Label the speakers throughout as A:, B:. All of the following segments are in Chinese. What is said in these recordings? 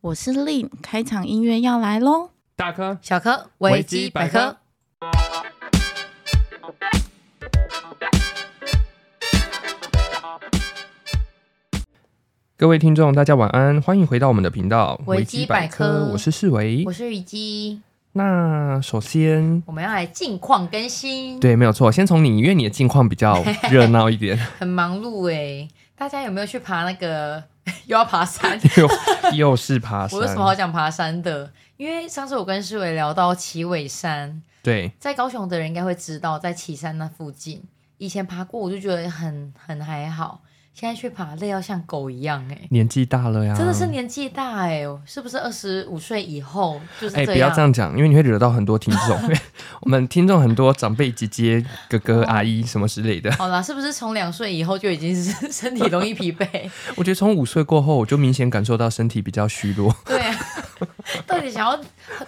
A: 我是 Lin，开场音乐要来喽。
B: 大科
C: 小柯
B: 维基百科，各位听众，大家晚安，欢迎回到我们的频道
C: 维基百科
B: 我是世维
C: 我。是雨姬，
B: 那首先，
C: 我们要来近况更新。，
B: 对，没有错，先从你，因为你的近况比较热闹一 点，
C: 很忙碌哎、大家有没有去爬那个？ 又要爬 山？
B: 又又是爬山
C: 我有什么，好想爬山的？因为上次我跟世伟聊到奇尾山，
B: 对，
C: 在高雄的人应该会知道，在旗山那附近，以前爬过，我就觉得很很还好，现在去爬累要像狗一样哎、
B: 年纪大了呀，
C: 真的是年纪大哎、是不是二十五岁以后就是
B: 哎、
C: 这
B: 不要
C: 样？
B: 这样讲，因为你会惹到很多听众。 我们听众很多长辈、姐姐、哥哥、
C: 哦
B: 阿姨什么之类的。
C: 好啦，是不是从两岁以后就已经是 身体容易疲惫？
B: 我觉得从五岁过后，我就明显感受到身体比较虚弱。
C: 对啊， 到底想要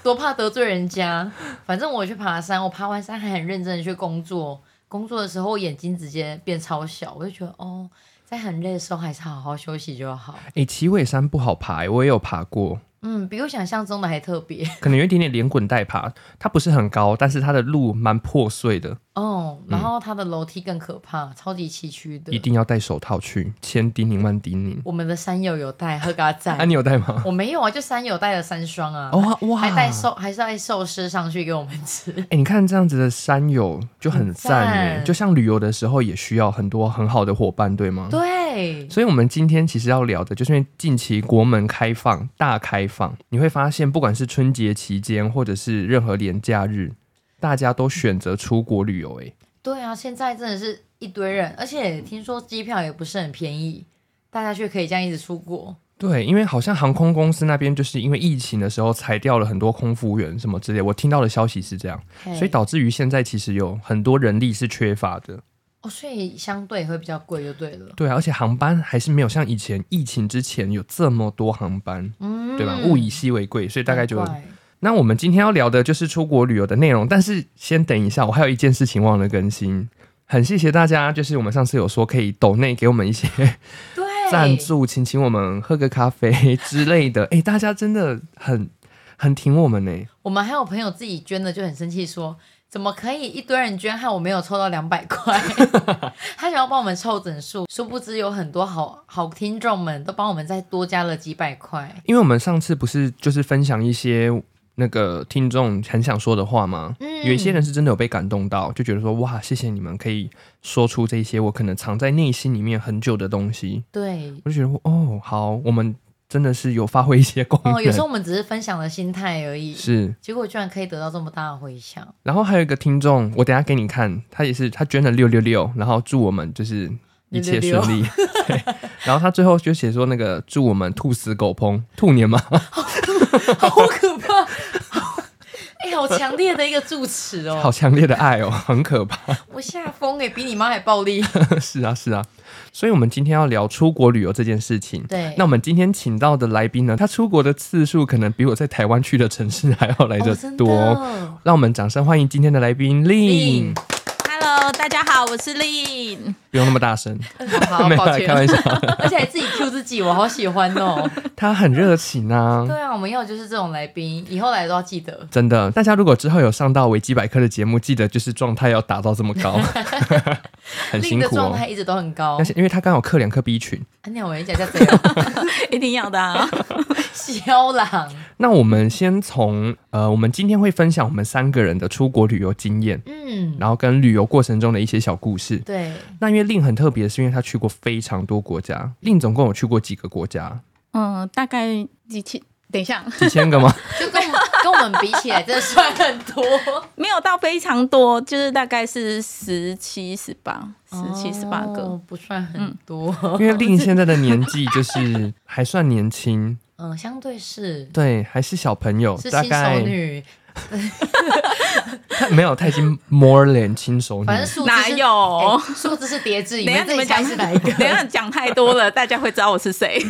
C: 多怕得罪人家？反正我去爬山，我爬完山还很认真的去工作。工作的时候我眼睛直接变超小，我就觉得哦，在很累的时候还是好好休息就好。
B: 哎、奇尾山不好爬、欸，我也有爬过，
C: 嗯，比我想象中的还特别
B: 可能有一点点连滚带爬。它不是很高，但是它的路蛮破碎的，
C: 哦。然后它的楼梯更可怕，超级崎岖
B: 一
C: 的。
B: 定要戴手套去，千叮咛万叮咛。
C: 我们的山友有带，喝嘎仔
B: 啊，。你有戴吗？
C: 我没有啊，就山友带了三双哎啊，
B: 哦哇！
C: 还带寿，还是带寿司上去给我们吃。
B: 哎、你看这样子的山友就很
C: 很
B: 赞哎、
C: 赞
B: 就像旅游的时候也需要很多很好的伙伴，对吗？
C: 对，
B: 所以，我们今天其实要聊的就是因为近期国门开放、大开放，你会发现，不管是春节期间，或者是任何连假日，大家都选择出国旅游。哎，
C: 对啊，现在真的是一堆人，而且听说机票也不是很便宜，大家却可以这样一直出国。
B: 对，因为好像航空公司那边就是因为疫情的时候裁掉了很多空服员什么之类，我听到的消息是这样，所以
C: 嘿
B: 导致于现在其实有很多人力是缺乏的。
C: 哦，所以相对会比较贵就对了。
B: 对啊，而且航班还是没有像以前疫情之前有这么多航班，
C: 嗯，
B: 对吧？物以稀为贵，所以大概就
C: 难怪
B: 那我们今天要聊的就是出国旅游的内容，但是先等一下，我还有一件事情忘了更新。很谢谢大家，就是我们上次有说可以抖内给我们一些
C: 对
B: 赞。助，请请我们喝个咖 啡之类的。哎、大家真的很很挺我们呢、
C: 我们还有朋友自己捐的，就很生气说。怎么可以一堆人捐，害我没有抽到两百块？ 他想要帮我们凑整数，殊不知有很多好好听众们都帮我们再多加了几百块。
B: 因为我们上次不是就是分享一些那个听众很想说的话吗？
C: 嗯
B: 有一些人是真的有被感动到，就觉得说哇，谢谢你们可以说出这些我可能藏在内心里面很久的东西。
C: 对
B: 我就觉得哦，好，我们真的是有发挥一些功能。
C: 哦，有时候我们只是分享的心态而已，
B: 是，
C: 结果居然可以得到这么大的回响。
B: 然后还有一个听众，我等一下给你看，他也是他捐了六六六，然后祝我们就是一切顺利。 对然后他最后就写说那个祝我们兔死狗烹，兔年嘛，
C: 哦好可怕！哎、好强烈的一个祝词
B: 好
C: 哦，
B: 强烈的爱哦，很可怕。
C: 我吓疯哎，比你妈还暴力。
B: 是啊，是啊。所以我们今天要聊出国旅游这件事情。
C: 对，哦
B: 那我们今天请到的来宾呢，他出国的次数可能比我在台湾去的城市还要来得
C: 哦真的
B: 多。让我们掌声欢迎今天的来宾 Lin，
C: Lin
A: Hello，大家好，我是 Lin。
B: 不用那么大声，
C: 嗯好 好
B: 没有
C: 抱
B: 啦
C: 歉
B: 开，玩笑，
C: 而且还自己 Q 自己，我好喜欢哦。
B: 他很热情 啊。
C: 对啊，我们要的就是这种来宾，以后来都要记得。
B: 真的，大家如果之后有上到维基百科的节目，记得就是状态要达到这么 高，很辛
C: 令的
B: 苦
C: 状
B: 哦。
C: 态一直都很高
B: 但，是因为他刚好克两克 B 群，
C: 啊，那我也讲一下怎样
A: 一定要的 啊！
C: 肖朗，
B: 那我们先从呃，我们今天会分享我们三个人的出国旅游经验，
C: 嗯，
B: 然后跟旅游过程中的一些小故事。
C: 对，
B: 那因为令很特别，是因为他去过非常多国家，令总共有去过几个国家？
A: 嗯，大概几千，等一下，
B: 几千个吗？
C: 就跟 我们跟我们比起来，真的算很多，
A: 没有到非常多，就是大概是十七、十八、十七、十八个。嗯
C: 哦不算很多，
B: 因为令现在的年纪就是还算年轻，
C: 嗯，相对是
B: 对，还是小朋友，
C: 是
B: 大
C: 新手
B: 概
C: 女，
B: 他没有，他已经 more than 轻熟女
C: 反
B: 了
C: 正。数字
A: 哪
C: 是
A: 有？
C: 哎数字是叠 字，你
A: 等一下
C: 们自
A: 你们
C: 己
A: 讲
C: 猜是哪一 个？
A: 等一下讲太多了，大家会知道我是 谁。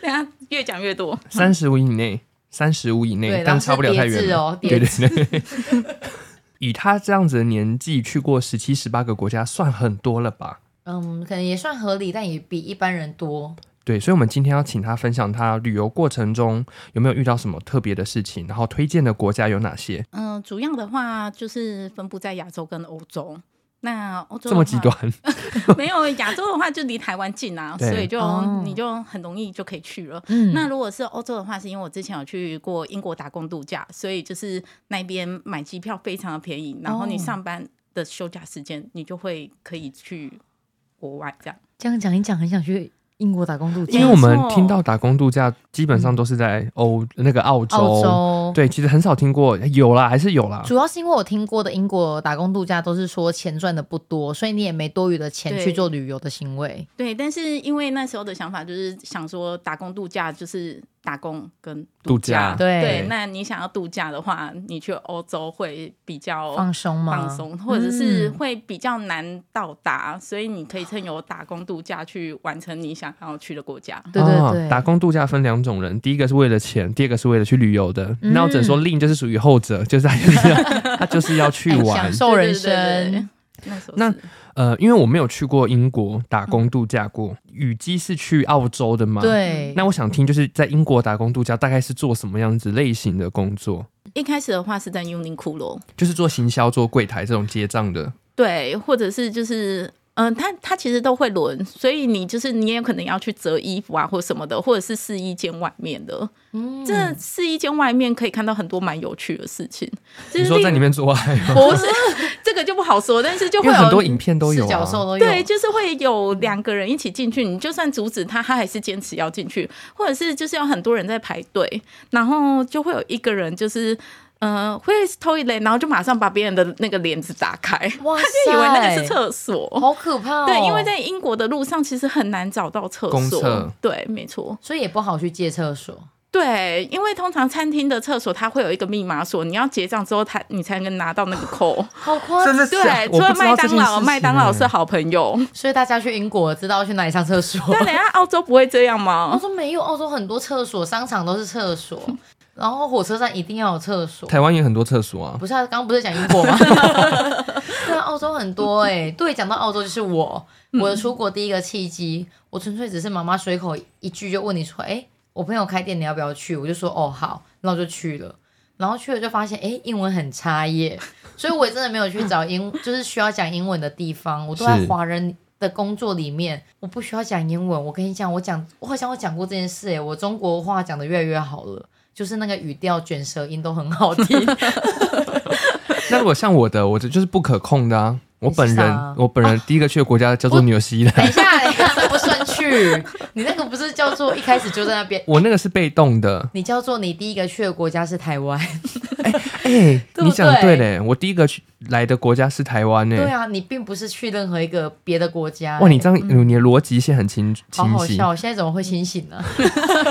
A: 等一下越讲越多。
B: 三十五以内，三十五以内，
C: 对
B: 但差不了太远了。
C: 然后是
B: 对
C: 叠
B: 对
C: 字
B: 对。 以他这样子的年纪，去过十七、十八个国家，算很多了吧？
C: 嗯，可能也算合理，但也比一般人多。
B: 对，所以，我们今天要请他分享他旅游过程中有没有遇到什么特别的事情，然后推荐的国家有哪些？
A: 嗯、主要的话就是分布在亚洲跟欧洲。那欧洲
B: 这
A: 的
B: 么
A: 话
B: 极端，
A: 没有亚洲的话就离台湾近啊，
B: 对
A: 所以就、
C: 哦
A: 你就很容易就可以去了。
C: 嗯
A: 那如果是欧洲的话，是因为我之前有去过英国打工度假，所以就是那边买机票非常的便宜，然后你
C: 哦
A: 上班的休假时间，你就会可以去国外这样。
C: 这样讲一讲，很想去英国打工度假
B: 因为，我们
A: 没错
B: 听到打工度假基本上都是在欧那个澳洲，
C: 澳洲。啊
B: 对，其实很少听过，有啦，还是有啦，
C: 主要是因为我听过的英国打工度假都是说钱赚的不多，所以你也没多余的钱去
A: 对
C: 做旅游的行为。
A: 对，但是因为那时候的想法就是想说打工度假就是打工跟
B: 度假
C: 对
A: 对，那你想要度假的话，你去欧洲会比较
C: 放松吗？
A: 放。松，或者是
C: 嗯
A: 会比较难到达，所以你可以趁有打工度假去完成你想要去的国家。
C: 对对
B: 哦
C: 对，
B: 打工度假分两种人，第一个是为了钱，第二个是为了去旅游的。
C: 嗯
B: 那我只能说令就是属于后者， 就是他就是要他就是要去
C: 哎
B: 玩
C: 享。受
A: 对对
C: 人
A: 对
C: 生。
A: 对那时候
B: 那
A: 是
B: 呃，因为我没有去过英国打工度假过，雨姬是去澳洲的吗？。
C: 对，
B: 那我想听就是在英国打工度假大概是做什么样子类型的工作？
A: 一开始的话是在 Uniqlo，
B: 就是做行销、做柜台这种结账的。
A: 对，或者是就是。嗯，它它其实都会轮，所以你就是你也有可能要去折衣服啊，或什么的，或者是试衣间外面的。
C: 嗯
A: 这试衣间外面可以看到很多蛮有趣的事情。就
B: 你
A: 是
B: 说在
A: 例
B: 里面做爱吗？
A: 不是 这个就不好说，但是就
B: 因
A: 会
B: 为很多
A: 有
B: 影片都有、
C: 四角兽
B: 啊。
C: 都有，
A: 对，就是会有两个人一起进去，你就算阻止他，他还是坚持要进去，或者是就是有很多人在排队，然后就会有一个人就是。呃，会偷一雷，然后就马上把别人的那个帘子打开， 他
C: 哇
A: 就以为那个
C: 塞
A: 是厕所。
C: 好可怕哦。
A: 对，因为在英国的路上其实很难找到厕
B: 公厕
A: 所。对，没错。
C: 所以也不好去借厕所。
A: 对，因为通常餐厅的厕所它会有一个密码锁，你要结账之后，它你才能拿到那个扣。
C: 好夸
B: 真的
C: 啊
B: 假
A: 对，
B: 我
A: 除了
B: 不知道
A: 麦
B: 这件
A: 当
B: 事
A: 劳，
B: 情
A: 麦当劳
B: 欸
A: 是好朋 友。
C: 所以大家去英国知道去哪里上厕所。
A: 但等一下澳洲不会这样
C: 澳
A: 吗？
C: 洲没有，澳洲很多厕所，商场都是厕所，然后火车站一定要有厕所。
B: 台湾也很多厕所啊。
C: 不是、啊，刚刚不是讲英国吗？对啊，澳洲很多哎、对，讲到澳洲就是我，我的出国第一个契机，我纯粹只是妈妈随口一句就问你说，哎、我朋友开店，你要不要去？我就说哦好，那我就去了。然后去了就发现，哎、英文很差耶，所以我也真的没有去找英，就是需要讲英文的地方。我都在
B: 是
C: 华人的工作里面，我不需要讲英文。我跟你讲，我讲，我好像我讲过这件事，哎，我中国话讲的越来越好了，就是那个语调、卷舌音都很好听。
B: 那如果像我的，我这就是不可控的啊。我本
C: 你是
B: 人
C: 啥，
B: 我本人第一个去的国家叫做纽西
C: 等
B: 兰，
C: 一下，等一下，那不算去。你那个不是叫做一开始就在那边？
B: 我那个是被动的。
C: 你叫做你第一个去的国家是台湾，
B: 哎、
C: 对
B: 你
C: 不
B: 讲对
C: 对
B: 嘞，我第一个去来的国家是台湾呢、
C: 对啊，你并不是去任何一个别的国家、
B: 哇，你这样、你的逻辑线很清
C: 好
B: 清
C: 好
B: 晰。
C: 笑，现在怎么会清醒呢、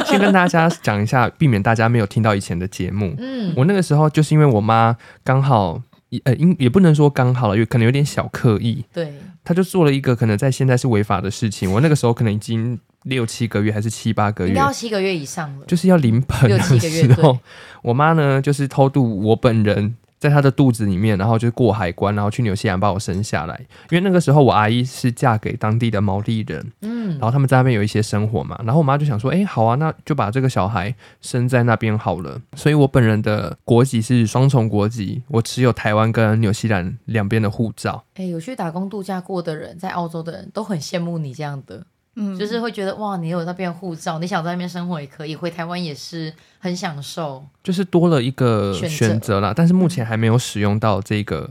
B: 先跟大家讲一下，避免大家没有听到以前的节目。
C: 嗯，
B: 我那个时候就是因为我妈刚好，呃，应也不能说刚好了，有可能有点小刻意，
C: 对，
B: 她就做了一个可能在现在是违法的事情。我那个时候可能已经六七个月还是七八个
C: 应
B: 月
C: 该，要七个月以上了。
B: 就是要临盆的
C: 六七个月
B: 时候
C: 对，
B: 我妈呢就是偷渡我本人在她的肚子里面，然后就过海关，然后去纽西兰把我生下来。因为那个时候我阿姨是嫁给当地的毛利人，
C: 嗯
B: 然，后他们在那边有一些生活嘛，然后我妈就想说，哎、好啊，那就把这个小孩生在那边好了。所以我本人的国籍是双重国籍，我持有台湾跟纽西兰两边的护照。
C: 哎、有去打工度假过的人，在澳洲的人都很羡慕你这样的，
A: 嗯，
C: 就是会觉得哇，你有那边的护照，你想在那边生活也可以，回台湾也是很享受。
B: 就是多了一个
C: 选择
B: 选择啦，但是目前还没有使用到这个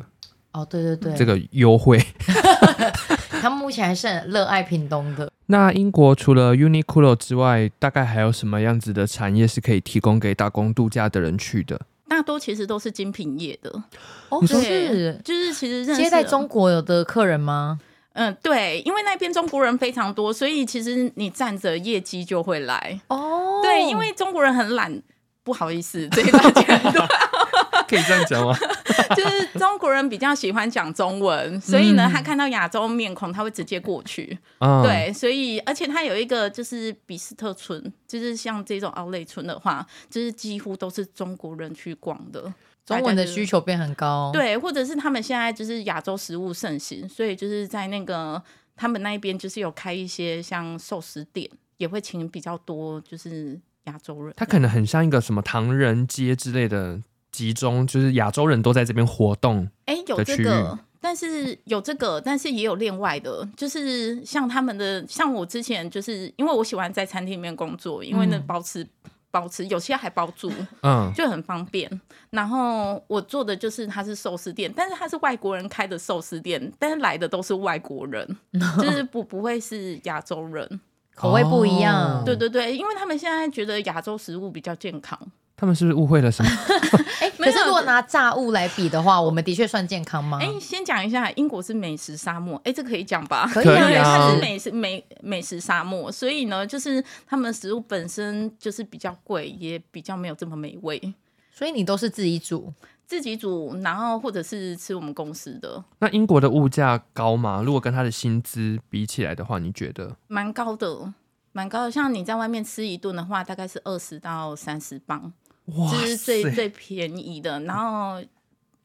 C: 哦，对对对，
B: 这个优惠。
C: 他们目前还是很热爱屏东的。
B: 那英国除了 Uniqlo 之外，大概还有什么样子的产业是可以提供给打工度假的人去的？
A: 大多其实都是精品业的，
C: 哦，
B: 你说
C: 是
A: 就是其实认识
C: 接待
A: 的
C: 中国有的客人吗？
A: 嗯、对，因为那边中国人非常多，所以其实你站着业绩就会来。
C: 哦
A: 对，因为中国人很懒。不好意思，这一大家 都
B: 可以这样讲吗？
A: 就是中国人比较喜欢讲中文，所以呢
C: 嗯，
A: 他看到亚洲面孔，他会直接过去。
B: 嗯，，
A: 对，所以而且它有一个就是比斯特村，就是像这种奥类村的话，就是几乎都是中国人去逛的。
C: 中文的
A: 大家就是
C: 需求变很
B: 哦
C: 高。，
A: 对，或者是他们现在就是亚洲食物盛行，所以就是在那个他们那一边就是有开一些像寿司店，也会请比较多就是亚洲人。
B: 它可能很像一个什么唐人街之类的集中，就是亚洲人都在这边活动。
A: 哎、有
B: 的
A: 这
B: 区域
A: 个，但是有这个，但是也有另外的，就是像他们的，像我之前就是因为我喜欢在餐厅里面工作，因为那
C: 嗯
A: 包吃、包吃，有些还包住，
B: 嗯，
A: 就很方便。然后我做的就是它是寿司店，但是它是外国人开的寿司店，但是来的都是外国 人，就是不不会是亚洲人。
C: 口味不一样
B: 哦
A: 对对对，因为他们现在觉得亚洲食物比较健康。
B: 他们是不是误会了什么？
C: 哎、
A: 没有
C: 可是如果拿炸物来比的话，我们的确算健康吗？
A: 哎、先讲一下，英国是美食沙漠，哎、这可以讲吧？
C: 可以
B: 可
C: 啊，
B: 以
A: 对，
B: 啊
A: 它是
C: 是
A: 美食美美食沙漠，所以呢，就是他们的食物本身就是比较贵，也比较没有这么美味。
C: 所以你都是自己煮，
A: 自己煮，然后或者是吃我们公司的，
B: 那英国的物价高吗？如果跟他的薪资比起来的话，你觉得？
A: 蛮高的，蛮高的。像你在外面吃一顿的话，大概是二十到三十磅，
B: 哇
A: 这是最
B: 塞
A: 最便宜的。然后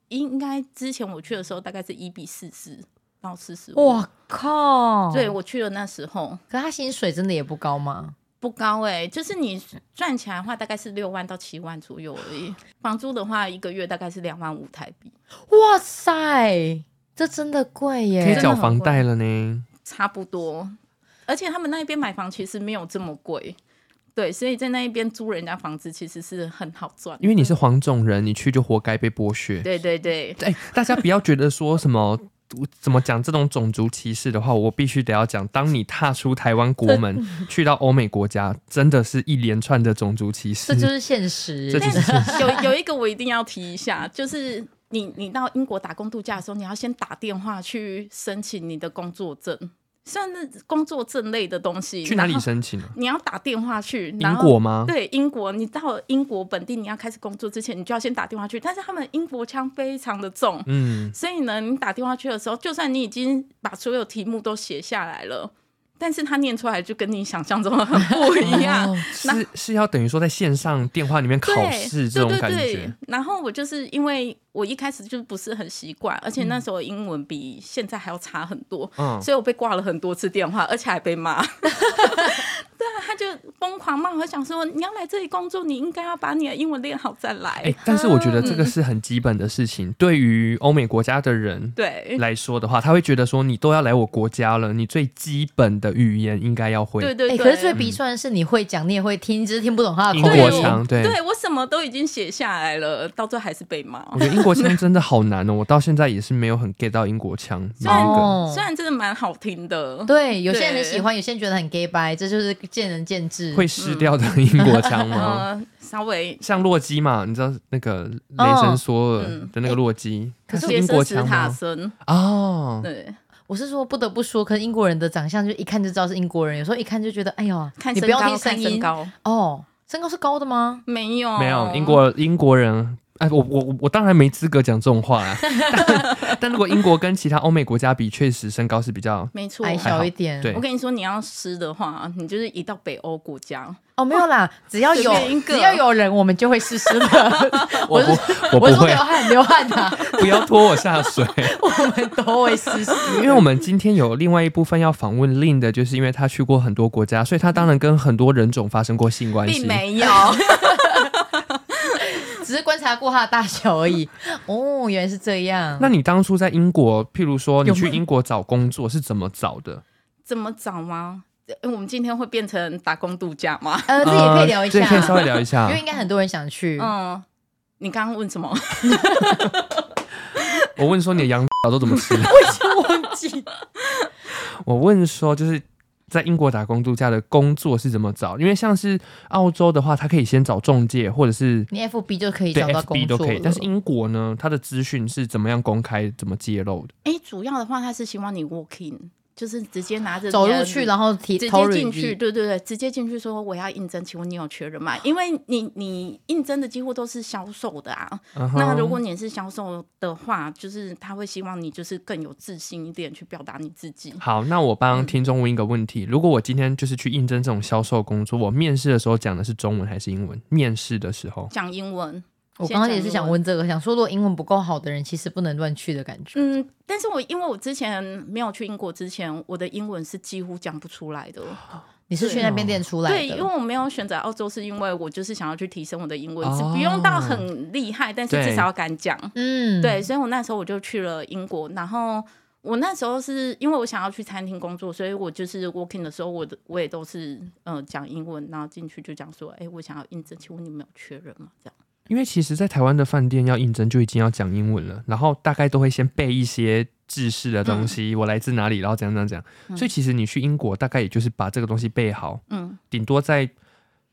A: 应该之前我去的时候，大概是一比四十到四十五。！
C: 靠
A: 对，我去了那时候
C: 可他薪水真的也不高吗？
A: 不高哎、就是你赚起来的话，大概是六万到七万左右而已。房租的话，一个月大概是两万五台币，
C: 哇塞，这真的贵耶！
B: 可以
A: 真的
B: 缴
A: 很
B: 房
A: 贵
B: 贷了呢。
A: 差不多。而且他们那边买房其实没有这么贵，对，所以在那一边租人家房子其实是很好赚的。
B: 因为你是黄种人，你去就活该被剥削。
A: 对对对，
B: 哎、大家不要觉得说什么。怎么讲这种种族歧视的话，我必须得要讲。当你踏出台湾 国门，去到欧美国家，真的是一连串的种族歧视。
C: 这就是现实。
B: 这就是现 实
A: 有有一个我一定要提一下，就是你你到英国打工度假的时候，你要先打电话去申请你的工作证，算是工作证类的东西。
B: 去哪里
A: 然后
B: 申请啊？
A: 你要打电话去
B: 英国？吗
A: 然后？对，英国，你到英国本地，你要开始工作之前，你就要先打电话去。但是他们英国腔非常的重，
B: 嗯，
A: 所以呢，你打电话去的时候，就算你已经把所有题目都写下来了，但是他念出来就跟你想象中的很不一样。
C: 哦
B: 是是要等于说在线上电话里面考
A: 对
B: 试这种感
A: 对对对
B: 觉。。
A: 然后我就是因为我一开始就不是很习惯，而且那时候英文比现在还要差很多，
B: 嗯，
A: 所以我被挂了很多次电话，而且还被骂。 对啊，他就疯狂骂我，想说你要来这里工作，你应该要把你的英文练好再来。
B: 哎、但是我觉得这
A: 嗯
B: 个是很基本的事情。对于欧美国家的人
A: 对。
B: 来说的话，他会觉得说，你都要来我国家了，你最基本的语言应该要会。
A: 对对
C: 哎、
A: 对，
C: 可是最鼻酸的是你会讲，你也会听，只是听不懂他的
B: 英
C: 口
A: 对
B: 国
A: 我
B: 腔，对。
A: 对我什么都已经写下来了，到最后还是被骂。
B: 我觉得英国腔真的好难哦，我到现在也是没有很 get 到英国腔每一个。
C: 哦
A: 虽然真的蛮好听的，
C: 对，有些人
A: 对
C: 很喜欢，有些人觉得很 gay 白，这就是见仁见智。
B: 会失掉的英国腔吗？
C: 嗯
A: 呃，稍微
B: 像洛基嘛，你知道那个雷
C: 哦
B: 神索尔
C: 嗯
B: 的那个洛基，他是
A: 杰
B: 英
A: 森
B: 国
A: ·史
B: 腔
A: 塔
B: 吗？
A: 森，
B: 哦，
A: 对，
C: 我是说，不得不说，可是英国人的长相就一看就知道是英国人，有时候一看就觉得，哎呦，
A: 看
C: 你
A: 身
C: 不要
A: 高，
C: 听
A: 看
C: 声
A: 身
C: 音
A: 高，
C: 哦，身高是高的吗？
A: 没有，
B: 没
C: 哦
B: 有英国英国人。哎，我我我我当然没资格讲这种话 啊！但但如果英国跟其他欧美国家比，确实身高是比较
A: 没错。
C: 矮
B: 哎
C: 小一点，
B: 对
A: 我跟你说，你要吃的话，你就是移到北欧国 家。
C: 哦，没有 啦，只要有
A: 随便一个
C: 只要有人，我们就会湿湿的。
B: 我不我
C: 我是
B: 不会
C: 说啊流汗流汗的、
B: 不要拖我下水，
C: 我们都会湿湿。
B: 因为我们今天有另外一部分要访问 Lin 的，就是因为他去过很多国家，所以他当然跟很多人种发生过性关系。
A: 并没有，
C: 只是观察过它的大小而已。哦，原来是这样。
B: 那你当初在英国，譬如说你
C: 有
B: 去
C: 吗
B: 英国找工作是怎么找的？
A: 怎么找吗？呃我们今天会变成打工度假吗？
C: 呃，这也可以啊聊一
B: 这
C: 下，
B: 也可以稍微聊一下
C: 因为。应该很多人想去。
A: 嗯，你刚刚问什么？
B: 我问说你的羊早都怎么 吃？
C: 我 忘记
B: 我问说就是在英国打工度假的工作是怎么找？因为像是澳洲的话，他可以先找中介或者是
C: 你 FB 就可以
B: 对
C: 找到
B: FB
C: 工
B: 都
C: 作
B: 可以
C: 了，
B: 但是英国呢，它的资讯是怎么样公开、怎么揭露的？
A: 哎，主要的话，他是希望你 walk in，就是直接拿着
C: 走
A: 你的
C: 入去，然后提
A: 直
C: 投
A: 接
C: 履
A: 进去，
C: 历。
A: 对对对，直接进去说我要应征，请问你有缺人吗？因为你你应征的几乎都是销售的啊，
B: 嗯
A: 那
B: 哼
A: 如果你是销售的话，就是他会希望你就是更有自信一点去表达你自己。
B: 好，那我
A: 嗯
B: 帮听众问一个问题：如果我今天就是去应征这种销售工作，我面试的时候讲的是中文还是英文？面试的时候，
A: 讲英文，
C: 我刚刚也是
A: 先讲英
C: 想
A: 文
C: 问这个，想说如果英文不够好的人，其实不能乱去的感觉。
A: 嗯，但是我因为我之前没有去英国之前，我的英文是几乎讲不出来的，
C: 你是去那边练出来的，
A: 对，因为我没有选择澳洲，是因为我就是想要去提升我的英文，是
B: 哦
A: 不用到很厉害，但是
B: 对
A: 至少要敢讲。
C: 嗯，
A: 对，所以我那时候我就去了英国，然后我那时候是因为我想要去餐厅工作，所以我就是 working 的时候，我的我也都是呃讲英文，然后进去就讲说，哎、我想要应征，请问你们有缺人吗？这样。
B: 因为其实，在台湾的饭店要应征就已经要讲英文了，然后大概都会先背一些制式的东西，
A: 嗯
B: 我来自哪里，然后怎样怎样怎样。所以其实你去英国，大概也就是把这个东西背好，
A: 嗯，
B: 顶多再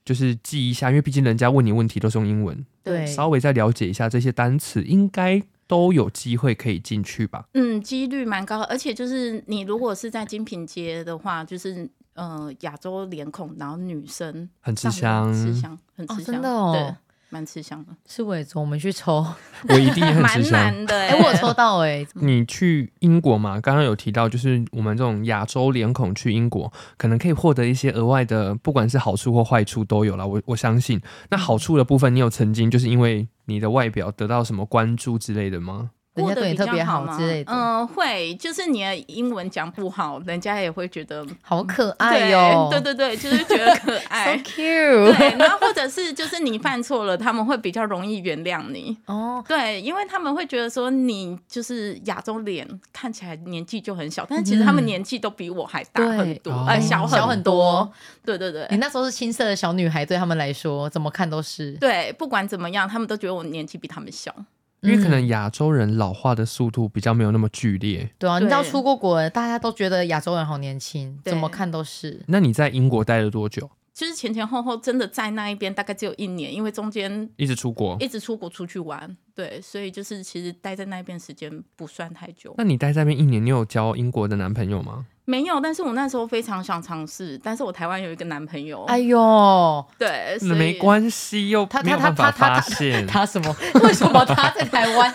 B: 就是记一下，因为毕竟人家问你问题都是用英文，
C: 对
B: 稍微再了解一下这些单词，应该都有机会可以进去吧。
A: 嗯，几率蛮高，而且就是你如果是在精品街的话，就是呃亚洲脸孔，然后女生
B: 很吃
A: 上
B: 香
A: 来，吃香，很
C: 哦
A: 吃香，
C: 真的哦
A: 对，蛮吃香的，
C: 是伟总，我们去抽，
B: 我一定也很吃
A: 蛮
B: 香。
A: 难的、欸。
C: 哎、我有抽到哎、
B: 你去英国嘛？刚刚有提到，就是我们这种亚洲脸孔去英国，可能可以获得一些额外的，不管是好处或坏处都有啦。我我相信。那好处的部分，你有曾经就是因为你的外表得到什么关注之类的吗？
C: 人
A: 过
C: 家
A: 得
C: 对你
A: 比
C: 特
A: 较
C: 别
A: 好
C: 之类的，
A: 嗯、会，就是你的英文讲不好，人家也会觉得，
C: 好可爱哟、
A: 对对对，就是觉得可
C: s
A: 爱
C: o。cute
A: 对，然后或者是就是你犯错了，他们会比较容易原谅你。
C: 哦，
A: 对，因为他们会觉得说你就是亚洲脸，看起来年纪就很小，但是其实他们年纪都比我还大
C: 嗯对
A: 很多，
B: 哦
A: 呃，小很
C: 小很多。
A: 对对对
C: 你。那时候是青涩的小女孩，对他们来说怎么看都是，嗯
A: 对，不管怎么样，他们都觉得我年纪比他们小。
B: 因为可
C: 嗯
B: 能亚洲人老化的速度比较没有那么剧烈。
C: 对啊，你
A: 对
C: 知道出过国了，大家都觉得亚洲人好年轻，
A: 对
C: 怎么看都是。
B: 那你在英国待了多久？
A: 就是前前后后真的在那一边大概只有一年，因为中间
B: 一直出国？
A: 一直出国出去玩，对，所以就是其实待在那边时间不算太久。
B: 那你待在那边一年，你有交英国的男朋友吗？
A: 没有，但是我那时候非常想尝试，但是我台湾有一个男朋友，
C: 哎呦，
A: 对，所
B: 那
A: 以
B: 没关系，又
C: 他
B: 没有
C: 他
B: 办法
C: 他他
B: 发
C: 他
B: 现。
C: 他什么？ 为什么他在台湾？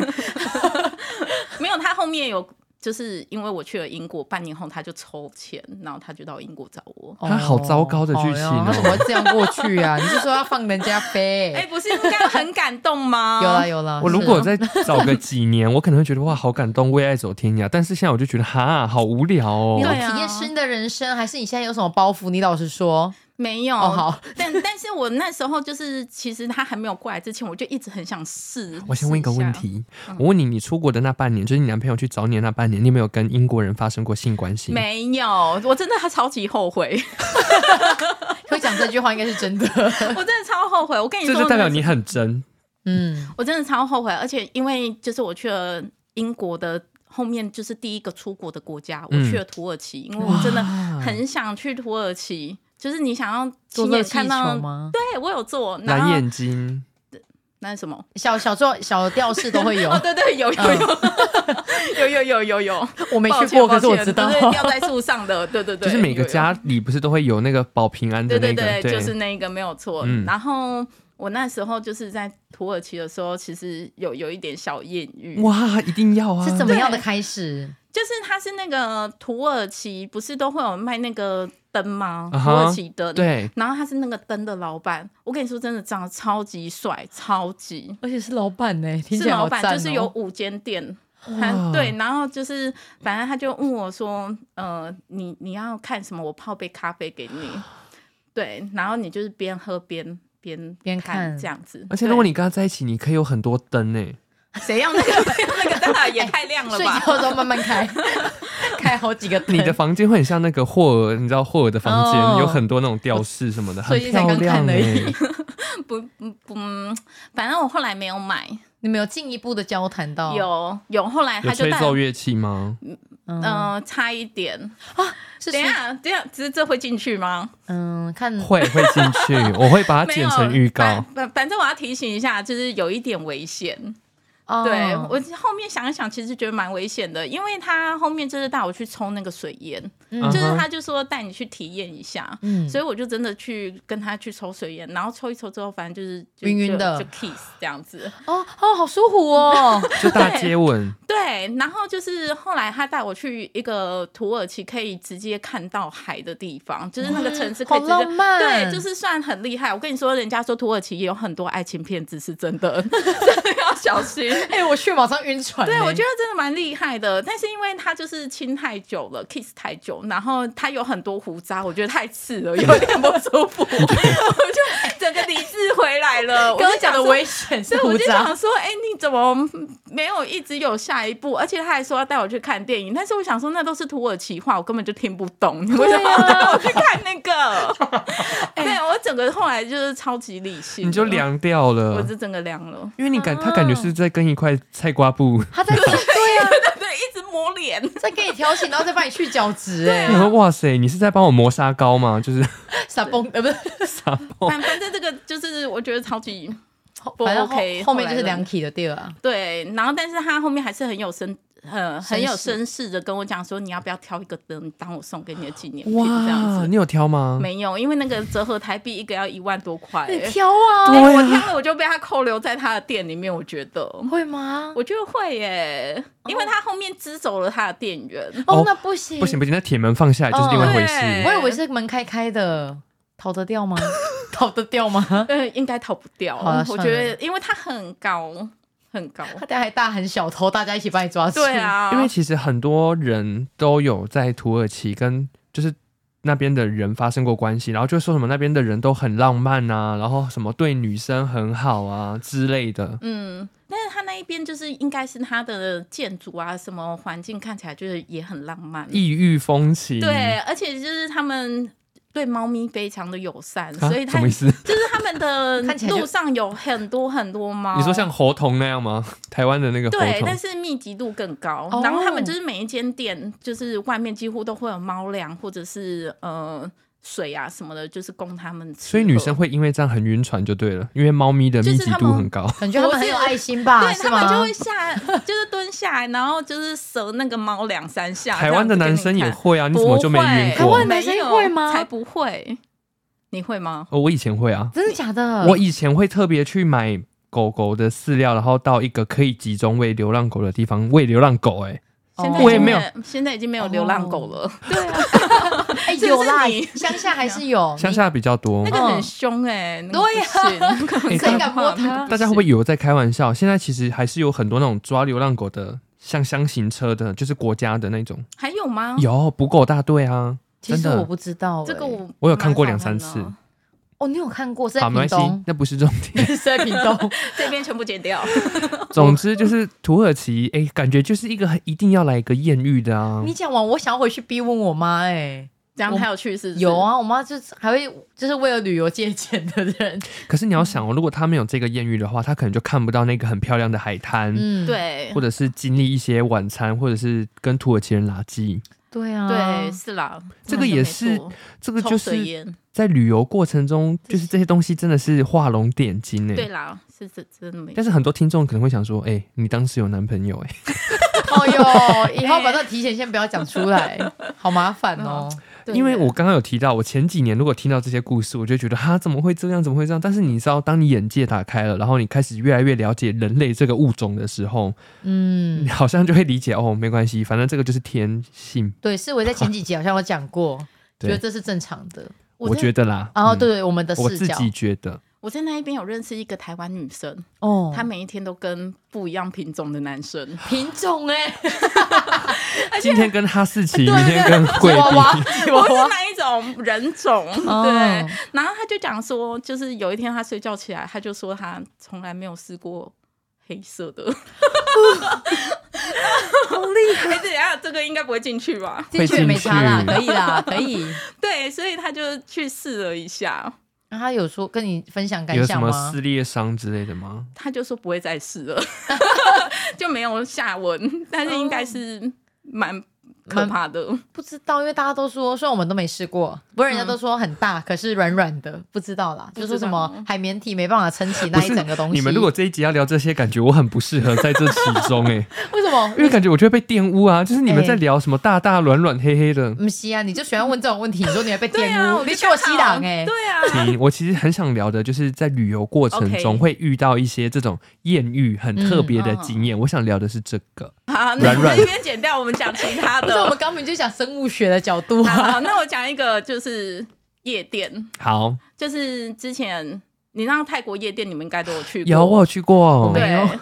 A: 没有，他后面有，就是因为我去了英国，半年后他就抽签，然后他就到英国找我。
B: 他好糟糕的剧情哦
C: 哎呦他怎么会这样过去啊？ 你是说要放人家飞？
A: 哎、不是应该很感动吗？
C: 有啦有啦，
B: 我如
C: 是
B: 果
C: 啊
B: 再找个几年，我可能会觉得哇，好感动，为爱走天涯。但是现在我就觉得哈，好无聊
C: 你
B: 哦
C: 有。
A: 对啊
C: 体验新的人生，还是你现在有什么包袱？你老实说，
A: 没有，
C: 哦好
A: 但但是我那时候就是，其实他还没有过来之前，我就一直很想试。
B: 我先问一个
A: 试下
B: 问，题，我问你，你出国的那半年，就是你男朋友去找你的那半年，你有没有跟英国人发生过性关系？
A: 没有，我真的超级后 悔，
C: 会讲这句话应该是真的。
A: 我真的超后悔。我跟你
B: 这
A: 说，
B: 就代表
A: 那
B: 你很真。
C: 嗯，
A: 我真的超后悔，而且因为就是我去了英国的后面，就是第一个出国的国家，我
B: 嗯
A: 去了土耳其，因为我真的很想去土耳其，就是你想要
C: 坐
A: 亲
C: 热
A: 眼
C: 气
A: 看
C: 球
A: 到，
C: 吗？
A: 对我有做，然
B: 蓝
A: 后
B: 眼睛，
A: 那是什么？
C: 小小做小吊饰都会有
A: 哦，， 对对，有有有 有有有有有，
C: 我嗯 没
A: 抱
C: 去
A: 歉
C: 过，可是我
A: 抱歉
C: 知道。
A: 对吊在树上的，对对
B: 就
A: 对，
B: 是每个
A: 有有
B: 家里不是都会有那个保平安的
A: 对
B: 那
A: 对
B: 个，
A: 对，
B: 对，
A: 就是那一个没有错。
B: 嗯
A: 然后我那时候就是在土耳其的时候，其实有有一点小艳遇，
B: 哇，一定要啊！
C: 是怎么样的开始？
A: 就是它是那个土耳其，不是都会有卖那个灯吗？
B: 啊
A: 土
B: 哈
A: 耳其灯。。
B: 对，
A: 然后他是那个灯的老板，我跟你说，真的长得超级帅，超级
C: 而且是老板呢、听
A: 是
C: 起来
A: 老
C: 好
A: 板，
C: 赞哦
A: 就是 有五间店，
B: 哇
A: 他对，然后就是反正他就问我说，呃，你你要看什么？我泡杯咖啡给 你，对，然后你就是边喝边边
C: 边看
A: 看这样子。
B: 而且如果
A: 对
B: 你跟他在一起，你可以有很多灯欸诶。
A: 谁要 那个谁要那个 灯啊，也太亮了
C: 睡
A: 吧？
C: 觉的时候慢慢 开，开好几个灯。
B: 你的房间会很像那个霍尔，你知道霍尔的房
C: 哦
B: 间有很多那种吊饰什么的，很
C: 最近才
B: 漂
C: 刚
B: 亮
C: 看
B: 欸
C: 而已
B: 诶。
A: 不不不，嗯反正我后来没有买，
C: 你们有进一步的交谈到？，
A: 有有后来
B: 哦有
A: 他就
B: 吹
A: 带
B: 奏乐器吗？
C: 嗯，
A: 嗯，差一点。
C: 是
A: 等一
C: 谁？
A: 下，等一下，只是这会进去吗？
C: 嗯，看
B: 会会进去， 我会把它
A: 没
B: 剪
A: 有，
B: 成预告
A: 反。反反正我要提醒一下，就是有一点危险。
C: 哦
A: 对我后面想一想，其实觉得蛮危险的，因为他后面就是带我去抽那个水烟，
C: 嗯
B: 嗯
A: 就是他就说带你去体验一下。
C: 嗯，
A: 所以我就真的去跟他去抽水烟，然后抽一抽之后，反正就是就
C: 晕晕
A: 就
C: 的
A: 就 kiss 这样子。
C: 哦哦，好舒 服哦，
B: 就大接吻，
A: 对，然后就是后来他带我去一个土耳其可以直接看到海的地方，就是那个城市可
C: 好
A: 以直接。
C: 浪漫。
A: 对，就是算很厉害。我跟你说，人家说土耳其也有很多爱情骗子，是真的。对，要 小心。
C: 哎、我去马上晕船、
A: 对，我觉
C: 得
A: 得真的蛮厉害的，但是因为他就是亲太久了，kiss 太久，然后他有很多胡渣，我觉得太刺了，有点不舒服， 我就整个理智回来了。
C: 刚
A: 我
C: 刚
A: 就想
C: 讲的
A: 说
C: 危险
A: 所
C: 是
A: 以我
C: 胡
A: 就想
C: 渣，
A: 说，哎、你怎么没有一直有下一步？而且他还说要带我去看电影，但是我想说那都是土耳其话，我根本就听不懂，你为什么要带我去看那个？ 对我整个后来就是超级理性，
B: 你就，凉掉
A: 我啊
B: 了，
A: 就整个凉了，
B: 因为你感他感觉是在跟一块菜瓜布，
C: 他在对啊，
A: 对，一直抹脸。
C: 在给你调情，然后再帮你去角质、哎、
A: 啊
B: 你说哇塞，你是在帮我磨砂膏吗？ 就是
C: 傻崩呃不是，
B: 撒泡，
A: 反反正这个就是我觉得超级不
C: 反正后
A: OK，
C: 后面就是
A: 后来呢
C: 两体的第二啊，
A: 对，然后但是他后面还是很有绅，呃，很有
C: 绅士
A: 绅士的跟我讲说，你要不要挑一个灯当我送给你的纪念品这样
B: 哇，
A: 子。
B: 你有挑吗？
A: 没有，因为那个折合台币一个要一万多块、
C: 你
A: 欸，
C: 挑啊，
B: 对
A: 我
B: 啊
A: 挑了我就被他扣留在他的店里面，我觉得。
C: 会吗？
A: 我觉得会耶、因为他后面支走了他的店员，
B: 哦
C: 哦，那不行
B: 不行不行，那铁门放下来就是另外一回
A: 哦
B: 事。
C: 我以为是门开开的，逃得 掉吗？逃得掉吗？
A: 呃，应该逃不掉。
C: 好啦
A: 我
C: 算了
A: 觉得，因为他很高，很高。
C: 他等下还 大喊小偷，大家一起把你抓住。
A: 对，啊，
B: 因为其实很多人都有在土耳其跟就是那边的人发生过关系，然后就说什么那边的人都很浪漫啊，然后什么对女生很好啊之类的。
A: 嗯，但是他那一边就是应该是他的建筑啊，什么环境看起来就是也很浪漫，
B: 异域风情，
A: 对，而且就是他们对猫咪非常的友善，
B: 啊，
A: 所以
B: 什
A: 他
B: 么意
A: 就
B: 思？
A: 是他们 的
C: 看起来就
A: 路上有很多很多猫。
B: 你说像猴童那样 吗？台湾的那个猴
A: 对，但
B: 童，
A: 是密集度更高。
C: 哦
A: 然后他们就是每一间店，就是外面几乎都会有猫粮或者是呃水啊什么的，就是供他们吃喝。
B: 所以女生会因为这样很晕船就对了，因为猫咪的密集度很 高。
C: 感觉他们很有爱心吧？
B: 啊
A: 对
C: 是
A: 他
C: 吗？
A: 们就会下，就是蹲下来，然后就是折那个猫两三下。
B: 台湾的男生也会啊，你
A: 这
B: 怎么
A: 样
B: 就
A: 子给
B: 没
A: 你看，
B: 晕
A: 不会
B: 过
C: 台湾？男生
A: 没有
C: 会吗
A: 才不会，你会吗？
B: 哦，我以前会啊，
C: 真的假的？
B: 我以前会特别去买狗狗的饲料，然后到一个可以集中喂流浪狗的地方喂流浪狗、欸。
C: 哦
A: 现在已经
B: 我也没有，
A: 现在已经没有流浪狗了。对啊，
C: 哎
A: 这
C: 有啦
A: 是你，
C: 乡下还是有
B: 哎，乡下比较多
A: 那。个很凶哎、那个
C: 对啊
A: 不行，
B: 哎
A: 那个
B: 谁
C: 敢摸它
A: 那个不
B: 大家会不会以为我在开玩笑？现在其实还是有很多那种抓流浪狗的，像箱型车的，就是国家的那种，哦
A: 还有吗？
B: 有捕狗大队啊，
C: 其
B: 真
C: 实我
B: 的。
C: 不知道哎。
A: 这个我
B: 我有看过两
A: 蛮
B: 三
A: 少看的哦，
C: 哦，你有看过是在
B: 好，没关
C: 屏
B: 系
C: 东，？
B: 那不是重点。
C: 是在屏 东，
A: 这边全部剪掉。
B: 总之就是土耳其，哎、感觉就是一个很一定要来一个艳遇的啊
C: 你。讲完，我想要回去逼问我妈哎。
A: 这样
C: 我
A: 还有去是不是？
C: 有，啊，我妈就是还会就是为了旅游借钱的人，
B: 可是你要想哦，如果他没有这个艳遇的话，他可能就看不到那个很漂亮的海滩，
C: 嗯，
A: 对
B: 或者是经历一些晚餐，或者是跟土耳其人拉近。
C: 对啊，
A: 对，是啦，
B: 这个也是
A: 没错
B: 这个就
A: 抽水
B: 是
A: 烟，
B: 在旅游过程中，就是这些东西真的是画龙点睛哎、
A: 对啦，是真真的没。
B: 但是很多听众可能会想说，哎、你当时有男朋友哎、
C: 哦哟，以后把这提前先不要讲出 来，好麻烦哦。
A: 对
B: 因为我刚刚有提到，我前几年如果听到这些故事，我就觉得哈怎么会这样，怎么会这样？但是你知道，当你眼界打开了，然后你开始越来越了解人类这个物种的时候，
C: 嗯
B: 你， 好像就会理解哦，没关系，反正这个就是天性，
C: 对，是我在前几集好像有讲过，觉
B: 对
C: 得这是正常的。
B: 我
A: 在
B: 觉得啦。
C: 然后
B: 嗯
C: 对、我们的
B: 我
C: 视
B: 自
C: 角，
B: 己觉得，
A: 我在那一边有认识一个台湾女生，
C: 哦，
A: 她每一天都跟不一样品种的男 生，
C: 品种哎、 欸，
B: 今天跟哈士 奇，明天跟贵
C: 娃
B: 宾，
C: 娃，吉
A: 不
C: 娃
A: 是
C: 娃，
A: 那一种人种，
C: 哦
A: 对。然后她就讲说，就是有一天她睡觉起来，她就说她从来没有试过。黑色的，
B: 哦
C: 好厉害，
A: 哎，等一下这个应该不会进去吧？
C: 进去也没差啦，
B: 会进去
C: 可以啦，可以。
A: 对，所以她就去试了一下，
C: 那他有说跟你分享感
B: 有什
C: 想
B: 么
C: 吗？
B: 撕裂伤之类的吗？
A: 她就说不会再试了，就没有下文。但是应该是蛮可怕的，
C: 不知道，因为大家都说，虽然我们都没试过，不过人家都说很大，可是软软的，不知道啦，
A: 不
C: 就
A: 知道
C: 说什么海绵体没办法撑起
B: 不
C: 那一
B: 是
C: 整个东西。
B: 你们如 果这一集要聊这些，感觉我很不适合在这其中哎、
C: 为什么
B: 因？为感觉我就会被玷污啊！就是你们
C: 哎
B: 在聊什么大大软软黑黑的，
C: 不是啊，你就喜欢问这种问题，你说你还被
A: 对
C: 玷
A: 啊，
C: 污，
A: 我
C: 你
A: 就
C: 去我西朗哎，
A: 对啊，
B: 题，我其实很想聊的，就是在旅游过程
A: OK
B: 中会遇到一些这种艳遇很
C: 嗯
B: 特别的经验。我想聊的是这个，
A: 好，那
B: 软
A: 我
B: 软
A: 们这边剪掉，我们讲其他
C: 不是我
A: 的
C: 们。刚明就讲生物学的 角度
A: 好
C: 啊，
A: 好，那我讲一个就是夜店，
B: 好，
A: 就是之前你那泰国夜店，你们应该都有去过。
B: 有我有去过，
C: 没有
A: 对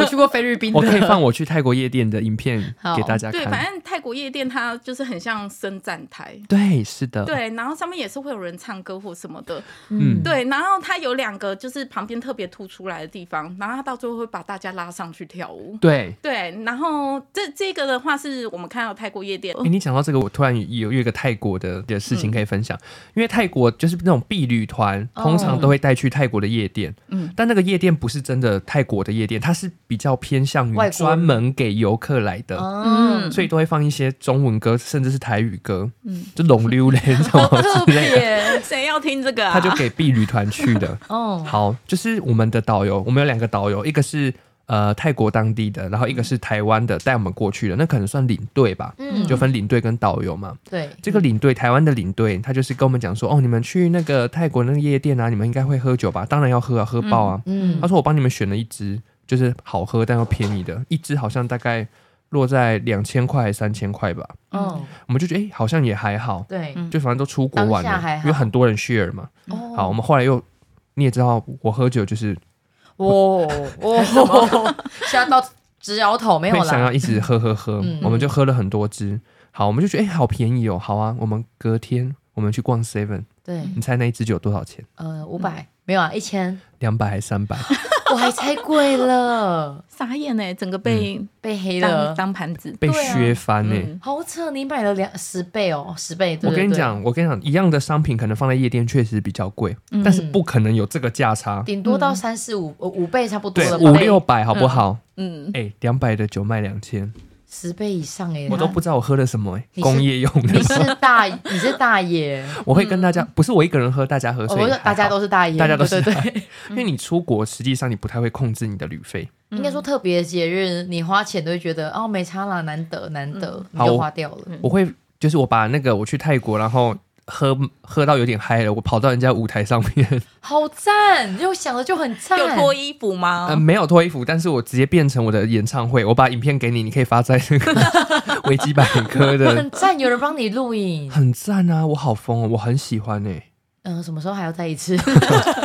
C: 我去过菲律宾的，
B: 我可以放我去泰国夜店的影片给大家
A: 对，反
B: 看。
A: 正泰国夜店它就是很像伸展台。
B: 对，是的，
A: 对，然后上面也是会有人唱歌或什么的，
B: 嗯
A: 对，然后它有两个就是旁边特别凸出来的地方，然后它到最后会把大家拉上去跳舞。
B: 对。
A: 对，然后这这个的话是我们看到泰国夜店，
B: 诶你讲到这个，我突然有有一个泰国的的事
A: 嗯
B: 情可以分享，因为泰国就是那种婢旅团，
C: 哦
B: 通常都会带去泰国的夜店，
A: 嗯
B: 但那个夜店不是真的泰国的夜店，它是比较偏向于
C: 外国人
B: 专门给游客来的，
C: 嗯，
A: 嗯
B: 所以都会放一些中文歌，甚至是台语歌，
A: 嗯
B: 就龙溜嘞什么
C: 特
B: 之类的，
C: 别，
A: 谁要听这个啊？
B: 他就给婢旅团去的。
A: 嗯
C: 哦，
B: 好，就是我们的导游，我们有两个导游，一个是呃泰国当地的，然后一个是台湾的，带我们过去的，那可能算领队吧，
C: 嗯，
B: 就分领队跟导游嘛。
C: 对，
B: 这个领队，台湾的领队，他就是跟我们讲说，哦，你们去那个泰国那个夜店啊，你们应该会喝酒吧？当然要喝啊，喝爆啊！
C: 嗯
B: 他，说我帮你们选了一支，就是好喝但又便宜的，一支好像大概落在两千块、三千块吧。
C: 哦，
B: 我们就觉得，哎、好像也还好，
C: 对，
A: 嗯
B: 就反正都出国玩
C: 当下还
B: 了，
C: 好
B: 因为很多人 share 嘛。
C: 哦
B: 好，我，们后来又，你也知道，我喝酒就是
C: 哦哦， 吓到直摇头，没有
B: 会想要
C: 啦，
B: 一直喝喝喝，
C: 嗯
B: 我们就喝了很多支。好，我们就觉得哎、好便宜哦，好啊。我们隔天我们去逛 Seven，
C: 对，
B: 你猜那一支酒多少钱？
C: 呃，五
B: 嗯
C: 百没有啊，一千，
B: 两百还是三百？
C: 我还猜贵了，
A: 傻眼呢、整个被
B: 嗯
C: 被黑
A: 当、
C: 了，
A: 当盘子。
B: 被
C: 对啊
B: 削翻呢、欸
A: 嗯
C: 好扯，你买了两十倍哦，十倍，对
B: 我跟你，
C: 对对
B: 讲，我跟你讲，一样的商品可能放在夜店确实比较贵，
A: 嗯
B: 但是不可能有这个价差。
C: 顶多到三四五呃五倍差不多
B: 对，
C: 了吧，哎
B: 五六百好不好？
A: 嗯，
B: 哎、两百的酒卖两千，
C: 十倍以上哎，
B: 我都不知道我喝了什么、哎
C: 你是嗯
B: 工业用
C: 你
B: 的，
C: 是大，你是大爷，
B: 我会跟大家，不是我一个人喝，大家喝，
C: 我
B: 所以
C: 说
B: 还
C: 大家
B: 好
C: 都是大爷，
B: 大家都是
C: 对对
B: 大
C: 对，
B: 因为你出国，实际上你不太会控制你的旅费。
C: 应该说特别节日，你花钱都会觉得哦没差啦，难得难得，你
B: 好
C: 就
B: 我
C: 花掉了，
B: 我会就是我把那个我去泰国，然后喝喝到有点嗨了，我跑到人家舞台上面，
C: 好赞，就想的就很赞，
A: 嗯有脱衣服吗？
B: 呃，没有脱衣服，但是我直接变成我的演唱会，我把影片给你，你可以发在那个维基百科的，
C: 很赞，有人帮你录影，
B: 很赞啊！我好疯哦，我很喜欢哎、
C: 嗯、什么时候还要再 一次？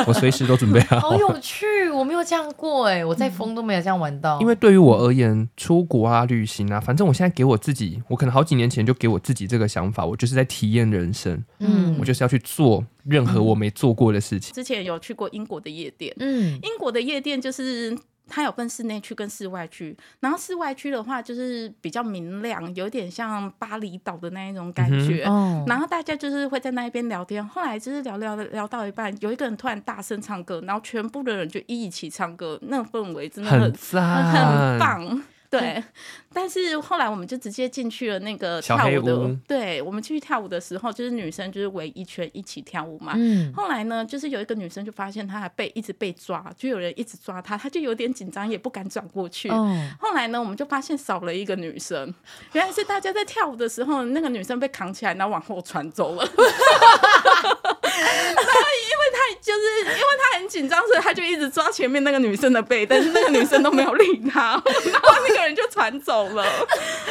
B: 我随时都准备好
C: 好
B: 了。
C: 有趣，我没有这样过哎，我在风都没有这样玩到，
B: 因为对于我而言，出国啊、旅行啊，反正我现在给我自己，我可能好几年前就给我自己这个想法，我就是在体验人生，
C: 嗯
B: 我就是要去做任何我没做过的事情。
A: 之前有去过英国的夜店，
C: 嗯
A: 英国的夜店就是它有分室内区跟室外区，然后室外区的话就是比较明亮，有点像巴厘岛的那一种
B: 嗯
A: 感觉。
C: 哦
A: 然后大家就是会在那一边聊天，后来就是聊聊聊到一半，有一个人突然大声唱歌，然后全部的人就一起唱歌，那个氛围真的
B: 很
A: 嗯很
B: 赞，
A: 很棒。对，但是后来我们就直接进去了那个
B: 小
A: 跳
B: 黑
A: 舞
B: 屋
A: 的，对，我们去跳舞的时候，就是女生就是围一圈一起跳舞嘛。
C: 嗯，
A: 后来呢，就是有一个女生就发现她还被一直被抓，就有人一直抓她，她就有点紧张，也不敢转过去。
C: 哦，
A: 后来呢，我们就发现少了一个女生，原来是大家在跳舞的时候，那个女生被扛起来，然后往后传走 了。然后因为她就是因为她很紧张，所以她就一直抓前面那个女生的背，但是那个女生都没有理 她，然后那个人就传走了。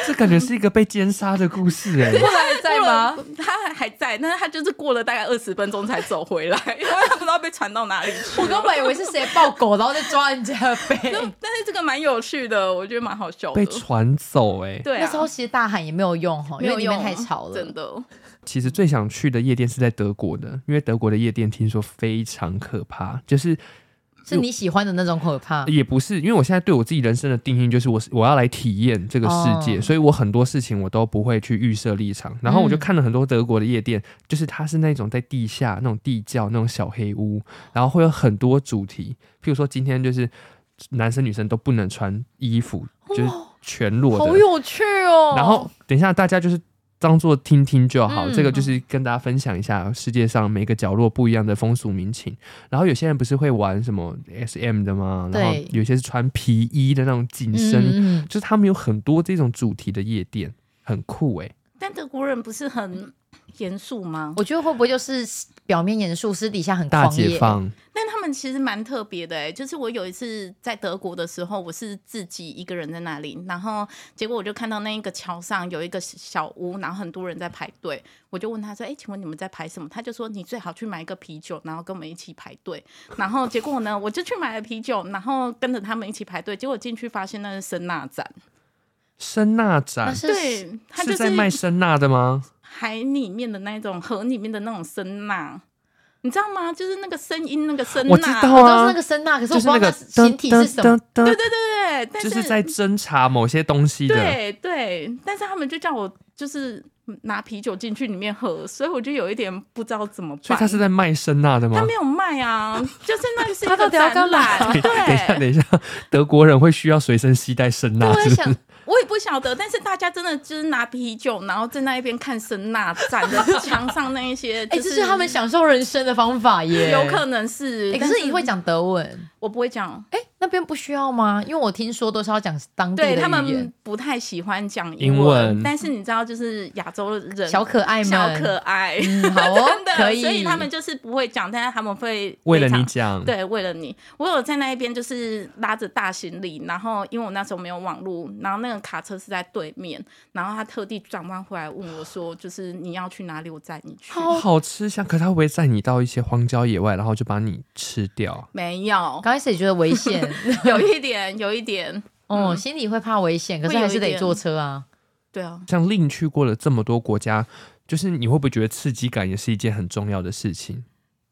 B: 这感觉是一个被奸杀的故事哎、
C: 后来还在吗？
A: 她还在，但是她就是过了大概二十分钟才走回 来，因为她不知道被传到哪里去。
C: 我根本以为是谁抱狗，然后再抓人家的 背。
A: 但是这个蛮有趣的，我觉得蛮好笑
B: 被
A: 的。
B: 传走哎、
A: 对、啊，
C: 那时候其实大喊也没有用啊哈，因为里面太吵了。
A: 真的。
B: 其实最想去的夜店是在德国的，因为德国的夜店听说非常可怕，就是呃
C: 是你喜欢的那种可怕。
B: 也不是，因为我现在对我自己人生的定义就是我是我要来体验这个世界，
C: 哦
B: 所以我很多事情我都不会去预设立场。然后我就看了很多德国的夜店，就是它是那种在地下那种地窖那种小黑屋，然后会有很多主题，譬如说今天就是男生女生都不能穿衣服，就是全裸的，
C: 好有趣哦！
B: 然后等一下大家就是当做听听就好，
C: 嗯
B: 这个就是跟大家分享一下世界上每个角落不一样的风俗民情。然后有些人不是会玩什么 SM 的吗？然后
C: 对
B: 有些是穿皮衣的那种紧身，
C: 嗯，嗯
B: 就是他们有很多这种主题的夜店，很酷哎、
A: 但但德国人不是很严肃吗？
C: 我觉得会不会就是表面严肃，私底下很
B: 大
C: 狂
B: 解
C: 野？
B: 放，
A: 但他们其实蛮特别的哎、就是我有一次在德国的时候，我是自己一个人在那里，然后结果我就看到那一个桥上有一个小屋，然后很多人在排队，我就问他说：“哎、请问你们在排什么？”他就说：“你最好去买一个啤酒，然后跟我们一起排队。”然后结果呢，我就去买了啤酒，然后跟着他们一起排队，结果进去发现那是声呐展，
B: 声呐
C: 那
B: 展
C: 是
A: 对，他就是
B: 在卖声呐的吗？
A: 海里面的那种河里面的那种声呐。你知道吗？就是那个声音，那个声呐，
B: 我知道
C: 我知
B: 啊
C: 道是那个声呐，可是
B: 就
C: 我不知道
B: 那
C: 那
B: 个
C: 形体是什么。
B: 噔，
A: 对对对对，但
B: 就是在侦查某些东西的。
A: 对对，但是他们就叫我就是拿啤酒进去里面喝，所以我就有一点不知道怎么办。
B: 所以他是在卖声呐的吗
A: 他？没有卖啊，就是那个是一
C: 他
A: 个
C: 到底要
A: 展
C: 干嘛
A: 览，
B: 等一下，
A: 对。
B: 等一下，德国人会需要随身携带声呐
C: 对，，
B: 是不
C: 我也
B: 是
C: 想，
A: 我也不晓得，但是大家真的就是拿啤酒，然后在那一边看声呐站的墙上那一些，
C: 哎，
A: 就
C: 这
A: 是
C: 是他们享受人生的方法耶。
A: 有可能是
C: 哎，，可
A: 但
C: 是你会，讲德文？
A: 我不会讲，
C: 哎，那边不需要吗？因为我听说都是要讲当地
A: 对
C: 的
A: 他
C: 语言
A: 们。不太喜欢讲
B: 英文
A: 文，但是你知道，就是亚洲人
C: 小可爱们，
A: 小可爱，
C: 嗯，好哦
A: 真的，，
C: 可以。
A: 所以他们就是不会讲，但是他们会
B: 为了
A: 非常
B: 你讲，
A: 对，为了你，我有在那一边就是拉着大行李，然后因为我那时候没有网路，然后那个卡车是在对面，然后他特地转弯回来问我说，就是你要去哪里，我载你去。
C: 好
B: 好吃香。可他会不会载你到一些荒郊野外，然后就把你吃掉？
A: 没 有，
C: 刚开始也觉得危险，
A: 有一点，有一点，
C: 哦，心里会怕危险，可
A: 会
C: 是
A: 有
C: 还
A: 一
C: 是得
A: 点
C: 坐车啊。
A: 对啊，
B: 像令去过了这么多国家，就是你会不会觉得刺激感也是一件很重要的事情？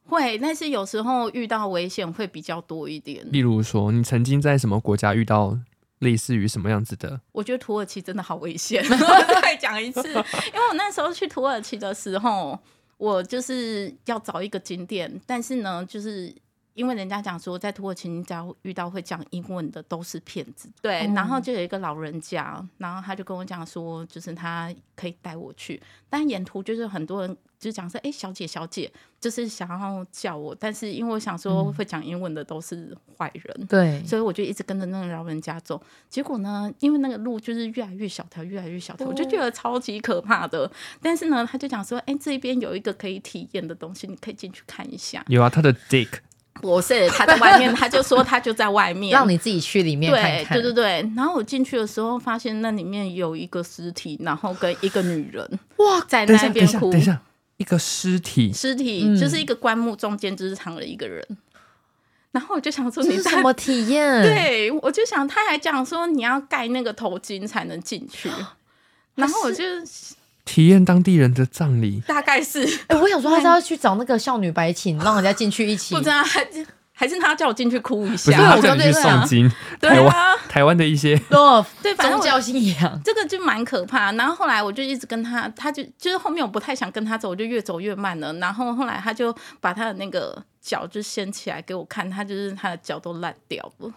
A: 会，但是有时候遇到危险会比较多一点。
B: 例如说，你曾经在什么国家遇到类似于什么样子的？
A: 我觉得土耳其真的好危险，我再讲一次，因为我那时候去土耳其的时候，我就是要找一个景点，但是呢，就是。因为人家讲说，在土耳其你只要遇到会讲英文的都是骗子，对。
C: 哦
A: 然后就有一个老人家，然后他就跟我讲说，就是他可以带我去，但沿途就是很多人就讲说，哎、小姐，小姐，就是想要叫我，但是因为我想说会讲英文的都是坏人，
C: 对，
A: 所以我就一直跟着那个老人家走。结果呢，因为那个路就是越来越小条，越来越小条，我就觉得超级可怕的。但是呢，他就讲说，哎、这边有一个可以体验的东西，你可以进去看一下。
B: 有啊，他的 dick
A: 不是，他在外面，他就说他就在外面，
C: 让你自己去里面看
A: 对
C: 看。
A: 对对对。然后我进去的时候，发现那里面有一个尸体，然后跟一个女人哇在
B: 等一下，
A: 那
B: 等
A: 边
B: 一下，
A: 哭
B: 等一。下，一个尸体，
A: 尸体就是一个棺木，中间就是躺了一个人。然后我就想说，
C: 这
A: 你
C: 是
A: 大
C: 什么体验？，
A: 对，我就想，他还讲说你要盖那个头巾才能进去，然后我就
B: 体验当地人的葬礼，
A: 大概是
C: 哎、我想说他是要去找那个少女 白琴，让人家进去一起
A: 不。知道，还是还是他叫我进去哭一
B: 不是
A: 下，啊
B: 他
C: 我
B: 叫
C: 刚
B: 你
C: 才
B: 去
C: 在想
B: 诵经，
A: 对
B: 台湾
A: 啊，
B: 台湾的一些
C: 哦，
A: 对，反正
C: 宗
A: 我
C: 教信 仰。
A: 这个就蛮可怕。然后后来我就一直跟他，他就就是后面我不太想跟他走，我就越走越慢了。然后后来他就把他的那个脚就掀起来给我看，他就是他的脚都烂掉了。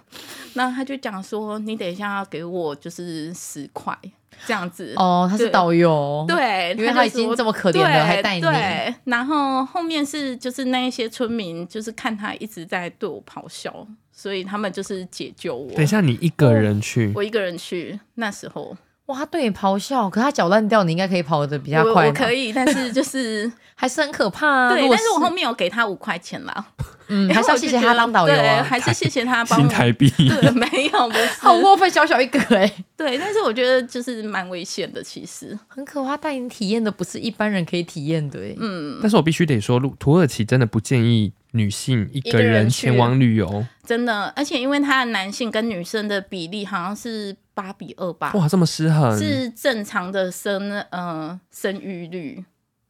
A: 然后他就讲说，你等一下要给我就是十块这样子。
C: 哦，他是
A: 对
C: 导游。，
A: 对，
C: 因为
A: 就
C: 他已
A: 说
C: 经这么可怜了，还带你
A: 对。。对，然后后面是就是那一些村民，就是看他一直在对我咆哮，所以他们就是解救我。
B: 等一，下，你一个人去，
A: 我一个人去，那时候
C: 哇，他对你咆哮，可他脚烂掉，你应该可以跑得比较
A: 我
C: 快
A: 我
C: 吧。
A: 可以，但是 就是
C: 还是很可怕啊。如
A: 对，
C: 果
A: 但是我后面有给他五块钱啦，
C: 嗯，
A: 因为
C: 还是要
A: 我就
C: 谢谢
A: 觉
C: 他
A: 得
C: 当导游
A: 对，
C: 啊。
A: 还是谢谢他帮
B: 新
A: 我。
B: 台币，
A: 对，没有，不是
C: 好哦过分，小小一个哎、
A: 对，但是我觉得就是蛮危险的，其实。
C: 很可怕。带你体验的不是一般人可以体验的哎、
A: 嗯
B: 但是我必须得说，路土耳其真的不建议女性一个
A: 一个
B: 人
A: 人去
B: 前往旅游。
A: 真的，而且因为他的男性跟女生的比例好像是八比二吧，
B: 哇，这么失
C: 嗯
B: 衡，
A: 是正常的生呃生育率，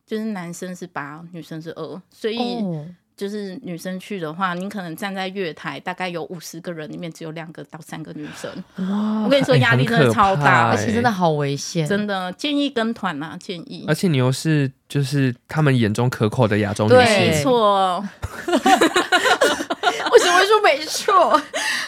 A: 就是男生是八，女生是二，所以
C: 哦，
A: 就是女生去的话，你可能站在月台，大概有五十个人，里面只有两个到三个女生，
B: 哇
A: 我跟你说
B: 哎
A: 压力
B: 很
A: 真的
B: 可
A: 超大
B: 怕
C: 而且真的
B: 哎
C: 好危险。
A: 真的建议跟团啦、建议
B: 而。且你又是就是他们眼中可口的亚洲女
C: 对
B: 性，
A: 没错，
C: 为什么会说没错？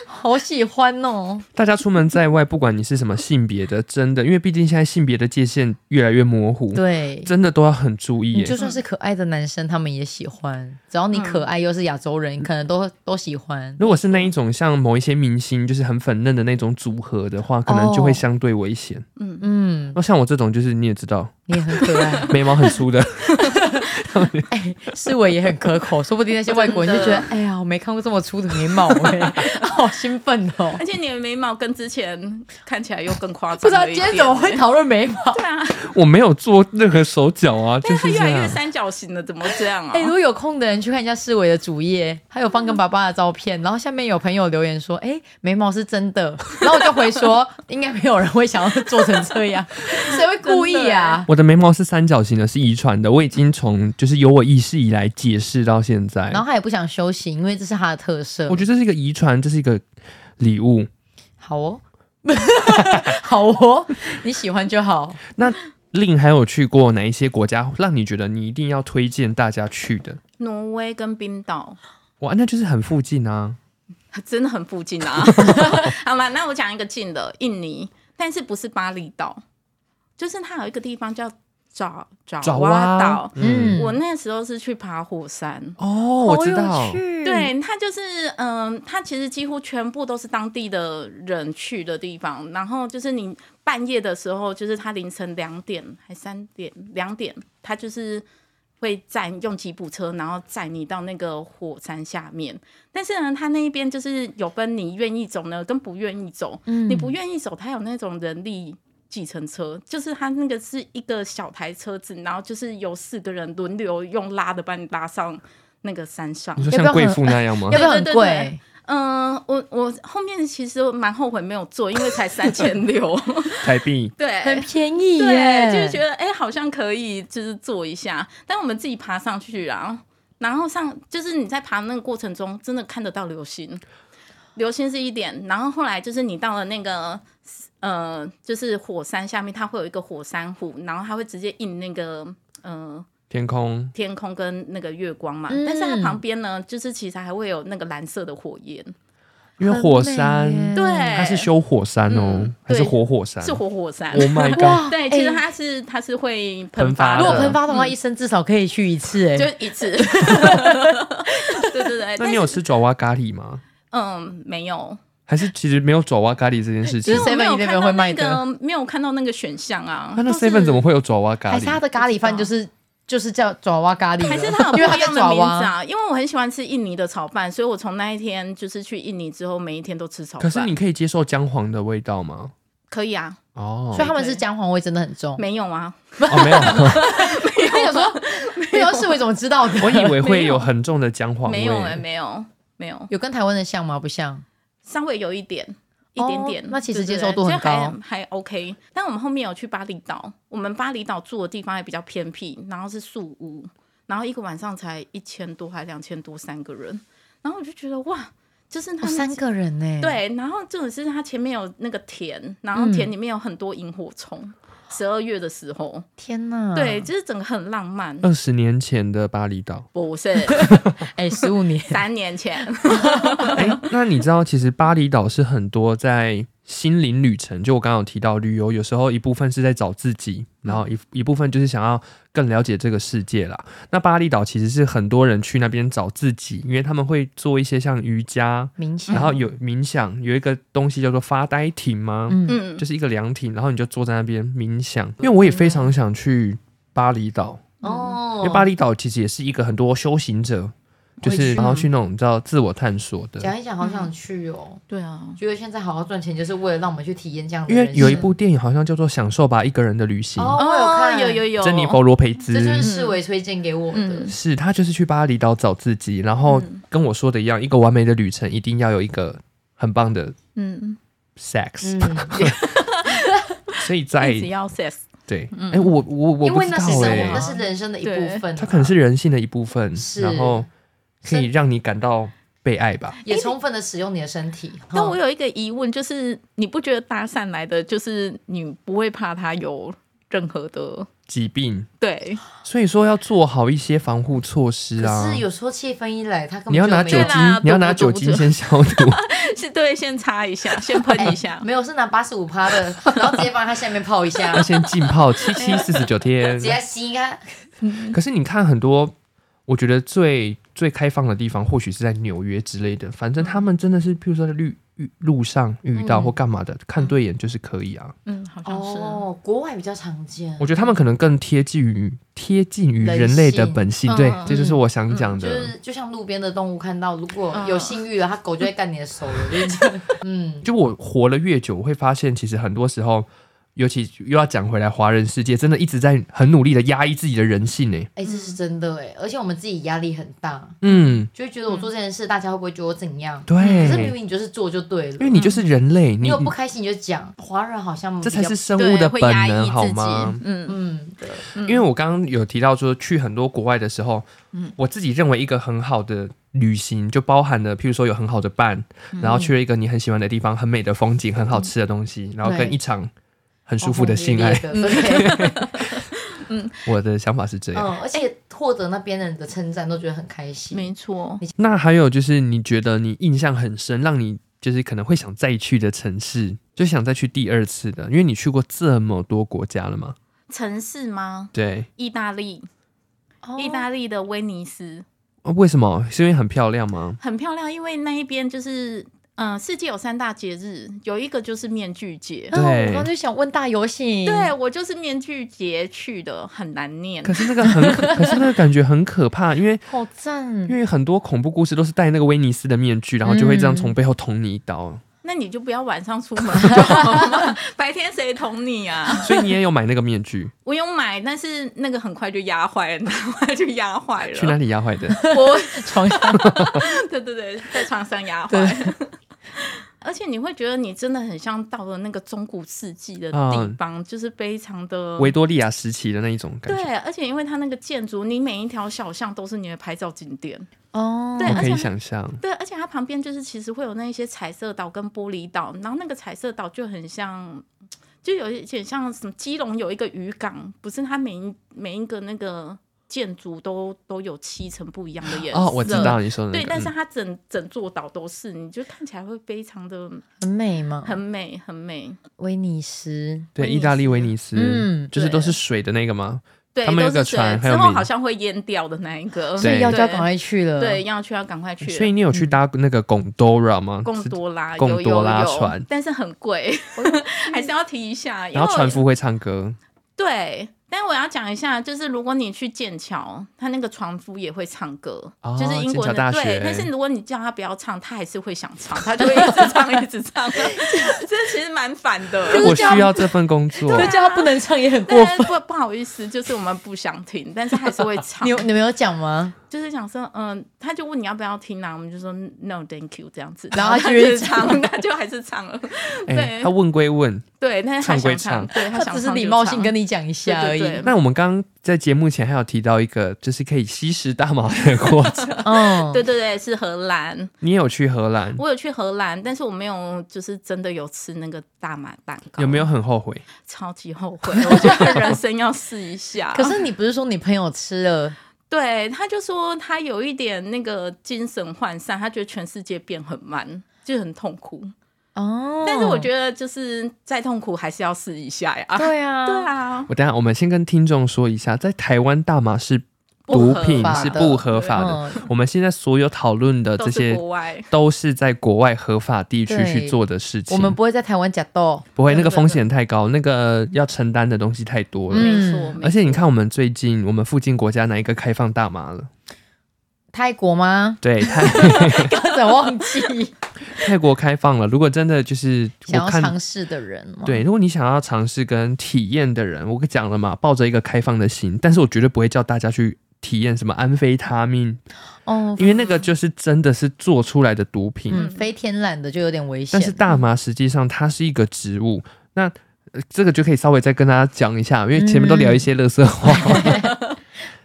C: 好喜欢 哦。
B: 大家出门在外，不管你是什么性别的，真的，因为毕竟现在性别的界限越来越模糊，
C: 对，
B: 真的都要很注意
C: 你
B: 耶。
C: 就算是可爱的男生，他们也喜欢。只要你可爱又是亚洲人，可能都都喜欢。
B: 如果是那一种像某一些明星，就是很粉嫩的那种组合的话，可能就会
C: 哦
B: 相对危险。
A: 嗯，
C: 嗯，
B: 那、像我这种，就是你也知道，，
C: 你也很可爱
B: 眉毛很粗的，
C: 是我也很可口，说不定那些外国人就觉得
A: 真，
C: 哎呀，我没看过这么粗的眉毛 哎、好兴奋哦！
A: 而且你的眉毛跟之前看起来又更夸张，
C: 不知道今天怎么会？讨论眉毛？
A: 对啊，
B: 我没有做任何手脚啊，
A: 但
B: 就是
A: 它
B: 是
A: 越
B: 这
A: 来越
B: 样。
A: 三角形了，怎么这样啊？
C: 哎、如果有空的人去看一下世伟的主页，他有放跟爸爸的照片，然后下面有朋友留言说，哎、眉毛是真 的，然后我就回说，应该没有人会想要做成这 样，谁会故意 啊？
B: 我的眉毛是三角形的，是遗传的。我已经从就是有我意识以来解释到现在
C: 然，后他也不想休息，因为这是他的特色
B: 我。觉得这是一个遗传，这是一个礼物。
C: 好 哦，好哦，你喜欢就好。
B: 那令还有去过哪一些国家，让你觉得你一定要推荐大家去的？
A: 挪威跟冰岛。
B: 哇，那就是很附近啊。
A: 真的很附近啊。好吧，那我讲一个近的，印尼，但是不是巴厘岛，就是它有一个地方叫爪爪
B: 爪
A: 哇
B: 哇
A: 岛。
C: 啊嗯，
A: 我那时候是去爬火山。
B: 哦，我知道，
C: 对，
A: 对，它就是，嗯、它其实几乎全部都是当地的人去的地方。然后就是你半夜的时候，就是它凌晨两点还三点两点，它就是会载用吉普车，然后载你到那个火山下面。但是呢，它那一边就是有分你愿意走呢，跟不愿意走。
C: 嗯
A: 你不愿意走，它有那种人力。计程车就是它那个是一个小台车子，然后就是有四个人轮流用拉的把你拉上那个山上
B: 你。说像贵妇那样吗
C: 要？不要很
A: 对对对
C: 贵？
A: 嗯，我我后面其实蛮后悔没有做，因为才三千六，
B: 台币
A: 对
C: 很。便宜
A: 对，
C: 耶，
A: 就是觉得哎、好像可以，就是做一下。但我们自己爬上去啊，然后上就是你在爬那个过程中，真的看得到流星，流星是一点。然后后来就是你到了那个呃，就是火山下面，它会有一个火山湖，然后它会直接印那个呃
B: 天空
A: 天空跟那个月光嘛。
C: 嗯
A: 但是它旁边呢，就是其实还会有那个蓝色的火焰，
B: 因为火
C: 很美耶
B: 山，
A: 对，
B: 它是修火山哦，
A: 嗯
B: 还是
A: 对
B: 活火山？
A: 是活火山
B: Oh。my god！
A: 对，其实
C: 哎
A: 它是它是会
B: 喷
A: 喷发
B: 发
A: 的，
B: 的
C: 如果喷发的话，一生至少可以去一次，哎，
A: 就一 次。对对对，
B: 那
A: 但
B: 你
A: 是
B: 有吃爪哇咖喱吗？
A: 嗯没有，
B: 还是其实没有爪哇咖喱这件事情
A: 因？为我没有
C: 7-Eleven
A: 看
C: 会
A: 到
C: 卖
A: 那
C: 的
A: 个没有看到那个选项啊
B: 啊，。那
A: 都是
B: seven 怎么会有爪哇咖
C: 还是他
B: 喱？
C: 的咖喱饭就是就是叫爪哇咖喱了，
A: 还是它有不
C: 因
A: 一
C: 为它叫
A: 样的
C: 爪
A: 名字
C: 哇。
A: 啊？因为我很喜欢吃印尼的炒饭，所以我从那一天就是去印尼之后，每一天都吃炒
B: 可是
A: 饭。
B: 你可以接受姜黄的味道吗？
A: 可以啊？
B: 哦
C: 所以，他们是姜黄味真的很重。
A: 没有啊？
B: 哦没有，
C: 我想说，不知道世伟怎么知道的？
B: 我以为会有很重的姜黄味。欸
A: 没有哎，没有没有，
C: 有跟台湾的像吗？不像。
A: 稍微有一点。一
C: 哦
A: 点点，
C: 那其实
A: 对对
C: 接受度
A: 对
C: 很
A: 就还
C: 高
A: 还 OK。但我们后面有去巴厘岛，我们巴厘岛住的地方也比较偏僻，然后是宿屋，然后一个晚上才一千多，还两千多，三个人。然后我就觉得哇，就是他
C: 哦，
A: 们、
C: 三个人呢？，
A: 对，然后这种是它前面有那个田，然后田里面有很多萤火
C: 嗯
A: 虫。十二月的时候，
C: 天哪！
A: 对，，就是整个很浪漫。，
C: 嗯
B: 二十年前的巴厘岛
A: 不 是
C: 哎，十五 年
A: 三年前，
B: 哎、那你知道其实巴厘岛是很多在心灵旅程，就我刚刚有提到旅游，有时候一部分是在找自己，然
C: 嗯
B: 后一一部分就是想要更了解这个世界啦。那巴厘岛其实是很多人去那边找自己，因为他们会做一些像瑜伽，
C: 冥想，
B: 然后有冥想，有一个东西叫做发呆亭吗？
C: 嗯，
A: 嗯，
B: 就是一个凉亭，然后你就坐在那边冥想。因为我也非常想去巴厘岛，
C: 哦
B: 因为巴厘岛其实也是一个很多修行者，就是然后去那种叫自我探索的。
C: 嗯讲一讲，好想去哦。
A: 对啊，
C: 觉得现在好好赚钱，就是为了让我们去体验这样的
B: 因为
C: 人生。
B: 有一部电影好像叫做《享受吧一个人的旅行》，
C: 哦我有看
A: 有有有，
B: 珍妮佛罗培
C: 这就是
B: 兹。
C: 世伟推荐给我的
A: 嗯。
B: 是他就是去巴厘岛找自己，然后
C: 嗯
B: 跟我说的一样，一个完美的旅程一定要有一个很棒的
A: 嗯，
B: sex，、
C: 嗯，
B: 所以在
A: 一直要 sex，
B: 对，哎、我我我
C: 嗯因
B: 不
C: 为
B: 知
C: 那
B: 道
C: 是生
B: 哎、
C: 活，那是人生的一部分啊。
B: 它可能是人性的一部分，
C: 是
B: 然后可以让你感到被爱吧。
C: 也充分的使用你的身体。
A: 但我
C: 哦
A: 有一个疑问，就是你不觉得搭讪来的，就是你不会怕他有任何的
B: 疾病，
A: 对，
B: 所以说要做好一些防护措施啊
C: 可是。有时候气氛一来，他根本
B: 你要
C: 就
B: 拿
C: 没
B: 酒
C: 有
A: 对啦
B: 精，你要拿
A: 躲不住
B: 酒精先消毒。
A: 是对，先擦一下，先喷一下。
C: 没有，是拿八十五 趴的，然后直接放在它下面泡一下
B: 要，先浸泡七七四十九天
C: 直。接吸它。
A: 哎
B: 可是你看很多，我觉得最最开放的地方，或许是在纽约之类的。反正他们真的是，譬如说在绿遇路上遇到
C: 嗯
B: 或干嘛的，看对眼就是可以啊。
A: 嗯，好像是。
C: 哦，国外比较常见，
B: 我觉得他们可能更贴近于贴近于
C: 人
B: 人类的
C: 性
B: 本性，
A: 嗯
B: 对
A: 嗯，
B: 这就是我想讲
C: 就
B: 的。嗯
C: 是就像路边的动物看到，如果有性欲了，它狗就会干你的手了，就是这样嗯，
B: 就我活了越久，我会发现其实很多时候。尤其又要讲回来，华人世界真的一直在很努力的压抑自己的人性欸呢。
C: 哎、这是真的哎，而且我们自己压力很大，
B: 嗯，
C: 就会觉得我做这件事，大家会不会觉得我怎样？可是明
B: 对，
C: 明你就是做就对了，
B: 因为你就是人类，
C: 你
B: 你
C: 有不开心你就讲，华人好像
B: 这
C: 比
B: 才
C: 较
B: 是生
A: 对
B: 物的
A: 会
B: 本
A: 压抑
B: 能，
A: 自
B: 好
A: 己
B: 吗？
A: 嗯，
C: 嗯，对，
B: 因为我刚刚有提到说，去很多国外的时候，我自己认为一个很好的旅行就包含了，譬如说有很好的伴，然后去了一个你很喜欢的地方，很美的风景，很好吃的东西，然后跟一场很舒服的性爱。
C: 轰轰烈烈 的对
B: 我的想法是这样。
C: 嗯，而且获得那边人的称赞都觉得很开心。
A: 没错。
B: 那还有就是，你觉得你印象很深，让你就是可能会想再去的城市，就想再去第二次的，因为你去过这么多国家了嘛？
A: 城市吗？
B: 对，
A: 意大利，
C: 哦
A: 意大利的威尼斯
B: 呃为什么？是因为很漂亮 吗？
A: 很漂亮，因为那一边就是。嗯，世界有三大节日，有一个就是面具节。
C: 然后我刚
B: 对
C: 刚就想问大游行，
A: 对我就是面具节去的，很难念。
B: 可是那个很可，可是那个感觉很可怕，因为
C: 好赞
B: 因，为很多恐怖故事都是戴那个威尼斯的面具，然后就会这样从背后捅你一刀。
A: 那你就不要晚上 出门就好吗？白天谁捅你啊？
B: 所以你也有买那个 面具，
A: 我有买，但是那个很快就压坏了， 很快就压坏
B: 去哪
A: 了。
B: 里压坏的？
A: 我
C: 床上
A: 对对对，在床上压
C: 对
A: 坏。 而且你会觉得你真的很像到了那个中古世纪的地方，就是非常的
B: 维多利亚时期的那一种啊感觉，
A: 对，而且因为它那个建筑，你每一条小巷都是你的拍照景点。
C: 哦，
A: 对啊
B: 我可
A: 而且
B: 以
A: 它
B: 想象。
A: 对，而且它旁边就是其实会有那一些彩色岛跟玻璃岛，然后那个彩色岛就很像，就有一点像什么基隆有一个渔港，不是它每一每一个那个建筑都都有七层不一样的颜色。
B: 哦，我知道你说的那
A: 对，
B: 个。
A: 但是
B: 嗯
A: 它整整座岛都是，你就看起来会非常的
C: 很美嘛，
A: 很美，很美。
C: 威尼斯，
B: 对
A: 威尼斯
B: 意大利威尼斯，
C: 嗯
B: 就是
A: 对
B: 都是水的那个吗？
A: 对，
B: 他们有一
A: 都
B: 个
A: 是水
B: 船还有
A: 之后
B: 米
A: 好像会淹掉的那一个。
B: 对
C: 要就要赶快嗯去了，
A: 对，，要去要赶快去。
B: 所以你有去搭那个贡多拉吗？
A: 贡
B: 是
A: 多拉
B: 贡
A: 有
B: 多
A: 有
B: 拉
A: 有
B: 船
A: 但是很贵，还是要提一下。因
B: 然
A: 为
B: 后船夫会唱歌，
A: 对，但我要讲一下，就是如果你去剑桥，他那个船夫也会唱歌，
B: 哦
A: 就是英国
B: 剑桥大
A: 的
B: 学
A: 对。但是如果你叫他不要唱，他还是会想唱，他 就会一直唱一直唱，这其实蛮烦
C: 就
A: 的。
C: 是
B: 我需
C: 这样
B: 要这份工 作。
C: 就叫他不能唱也很过
A: 但是
C: 分。
A: 不不好意思，就是我们不想听，但是还是会唱
C: 你。你没有讲吗？
A: 就是想说，嗯、他就问你要不要听啊，我们就说 no，thank you 这样子，
C: 然后他
A: 他
C: 就
A: 就
C: 会
A: 唱，他就还是唱了。
B: 哎
A: 对，
B: 他问归问，
A: 对，但是他
B: 唱归
A: 想唱，
B: 唱
A: 对他
C: 他
A: 想
C: 只是
A: 唱
C: 礼
A: 就
C: 貌
A: 唱
C: 性跟你讲一下而已。
A: 对对对
B: 那我们刚刚在节目前还有提到一个，就是可以吸食大麻的 国家，
C: 嗯，
A: 对对对，是荷兰。
B: 你也有去荷兰，
A: 我有去荷兰，但是我没有就是真的有吃那个大马蛋糕，
B: 有没有很后悔？
A: 超级后悔？ 我觉得人生要试一下。
C: 可是你不是说你朋友吃 了？
A: 对，他就说他有一点那个精神涣散，他觉得全世界变很慢，就很痛苦。
C: 哦，
A: 但是我觉得就是再痛苦还是要试一下呀。
C: 对啊，
A: 对，啊，
B: 我等一下我们先跟听众说一下，在台湾大麻是
A: 不
B: 毒
A: 合
B: 品
C: 法
B: 是
C: 的
B: 不合法的。
C: 嗯，
B: 我们现在所有讨论的
A: 都
B: 这
A: 是
B: 些
A: 国外。
B: 都是在国外合法地区
C: 对
B: 去做的事情，
C: 我们不会在台湾假斗，
B: 不会
A: 对
B: 那个
A: 对
B: 风险太高，那个要承担的东西太多了。
C: 嗯
A: 没错，没
B: 而且你
A: 错
B: 看，我们最近我们附近国家哪一个开放大麻了？？
C: 泰国吗
B: 对，泰
C: 刚才忘 记
B: 泰国开放了。如果真的就是
C: 想
B: 我
C: 要
B: 看
C: 尝试的人吗？
B: 对，如果你想要尝试跟体验的人，我讲了嘛，抱着一个开放的心，但是我绝对不会叫大家去体验什么安非他命，
A: 嗯
C: 哦，
B: 因为那个就是真的是做出来的毒品。
C: 嗯，非天然的就有点危险。
B: 但是大麻实际上它是一个植物，那、呃这个就可以稍微再跟大家讲一下，因为前面都聊一些乐色话。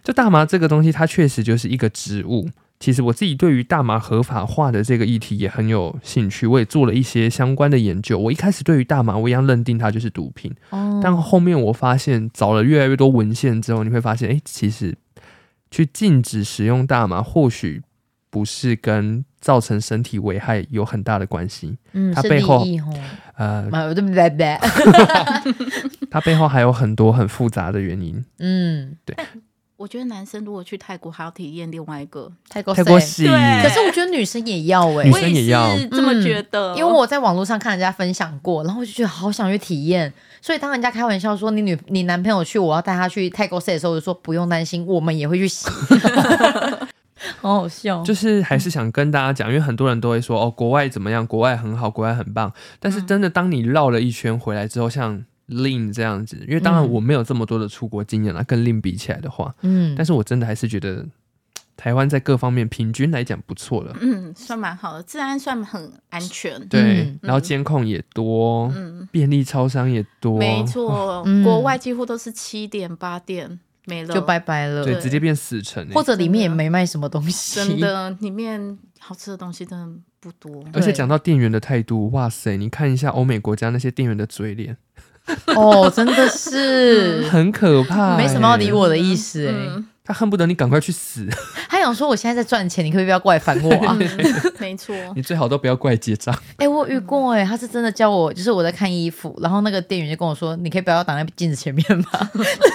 B: 就大麻这个东西，它确实就是一个植物，其实我自己对于大麻合法化的这个议题也很有兴趣，我也做了一些相关的研究。我一开始对于大麻，我一样认定它就是毒品，
C: 哦
B: 但后面我发现找了越来越多文献之后，你会发现，哎、其实去禁止使用大麻，或许不是跟造成身体危害有很大的关系。
C: 嗯，
B: 它
C: 是
B: 背
C: 利
B: 后
C: 益吼，
B: 呃，
C: 买对不对？
B: 它背后还有很多很复杂的原因。
C: 嗯，
A: 我觉得男生如果去泰国还要体验另外一个，
C: 泰国
B: 泰国洗，
C: 谁
A: 对
C: 可是我觉得女生也要哎、
B: 女
A: 我
B: 生
A: 也
B: 也要
A: 是这么
C: 嗯
A: 觉得，
C: 因为我在网络上看人家分享过，然后我就觉得好想去体验。所以当人家开玩笑说你女你男朋友去，我要带他去泰国 C 的时候，我就说不用担心，我们也会去洗。 好好笑，
B: 就是还是想跟大家讲，因为很多人都会说哦，国外怎么样，国外很好，国外很棒。但是真的，当你绕了一圈回来之后，像 Lin 这样子，因为当然
C: 嗯
B: 我没有这么多的出国经验啦，跟 Lin 比起来的话，
C: 嗯
B: 但，是我真的还是觉得台湾在各方面平均来讲不错了。
A: 嗯，算蛮好的，治安算很安全。
B: 对，
C: 嗯
B: 然后监控也多，
A: 嗯，
B: 便利超商也多，
A: 没错，
C: 嗯
A: 国外几乎都是七点八点没
B: 嗯
A: 了，
C: 就拜拜了。
B: 对，
A: 对
B: 直接变死城、欸。
C: 或者里面也没卖什么东西，
A: 真的里面好吃的东西真的不多。
B: 而且
C: 对
B: 讲到店员的态度，哇塞！你看一下欧美国家那些店员的嘴脸，
C: 哦，真 的是
B: 很可怕、
C: 嗯没什么要理
B: 欸，
C: 我的意思哎、
A: 嗯，
B: 他恨不得你赶快去 死，
C: 他想说我现在在赚钱，你可不可以不要过来烦我 啊？
A: 嗯没错，
B: 你最好都不要怪结账。
C: 哎、我有遇过哎、他是真的叫我，就是我在看衣服，然后那个店员就跟我说：“你可以不要挡在镜子前面吗？”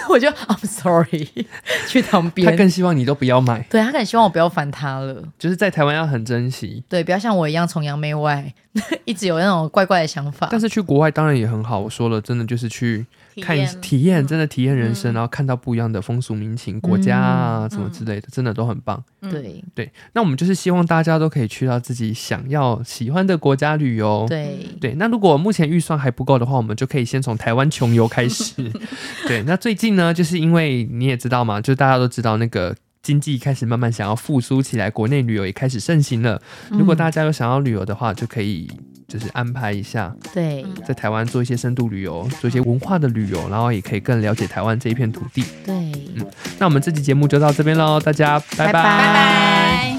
C: 我就 I'm sorry，去 旁
B: 他
C: 边。
B: 更希望你都不要买，
C: 对他可能希望我不要烦他了，
B: 就是在台湾要很珍惜，
C: 对，不要像我一样崇洋媚外， 一直有那种怪怪的想法。
B: 但是去国外当然也很好。我说了，真的就是去
A: 体
B: 看一
A: 验
B: 体验，真的体验人生，
A: 嗯
B: 然后看到不一样的风俗民情、国家啊、
A: 嗯
B: 什么之类的，真的都很棒。
A: 嗯
C: 对
B: 对，那我们就是希望大家都可以去到自己想要喜欢的国家旅游。
C: 对，
B: 对，那如果目前预算还不够的话，我们就可以先从台湾穷游开始。 对，那最近呢，就是因为你也知道嘛，就大家都知道那个。经济开始慢慢想要复苏起来，国内旅游也开始盛行了。如
A: 嗯
B: 果大家有想要旅游的话，就可以就是安排一下，
C: 对
B: 在台湾做一些深度旅游，做一些文化的旅游，然后也可以更了解台湾这一片土地。
C: 对，
B: 那我们这期节目就到这边喽，大家拜
A: 拜
C: 拜
A: 拜。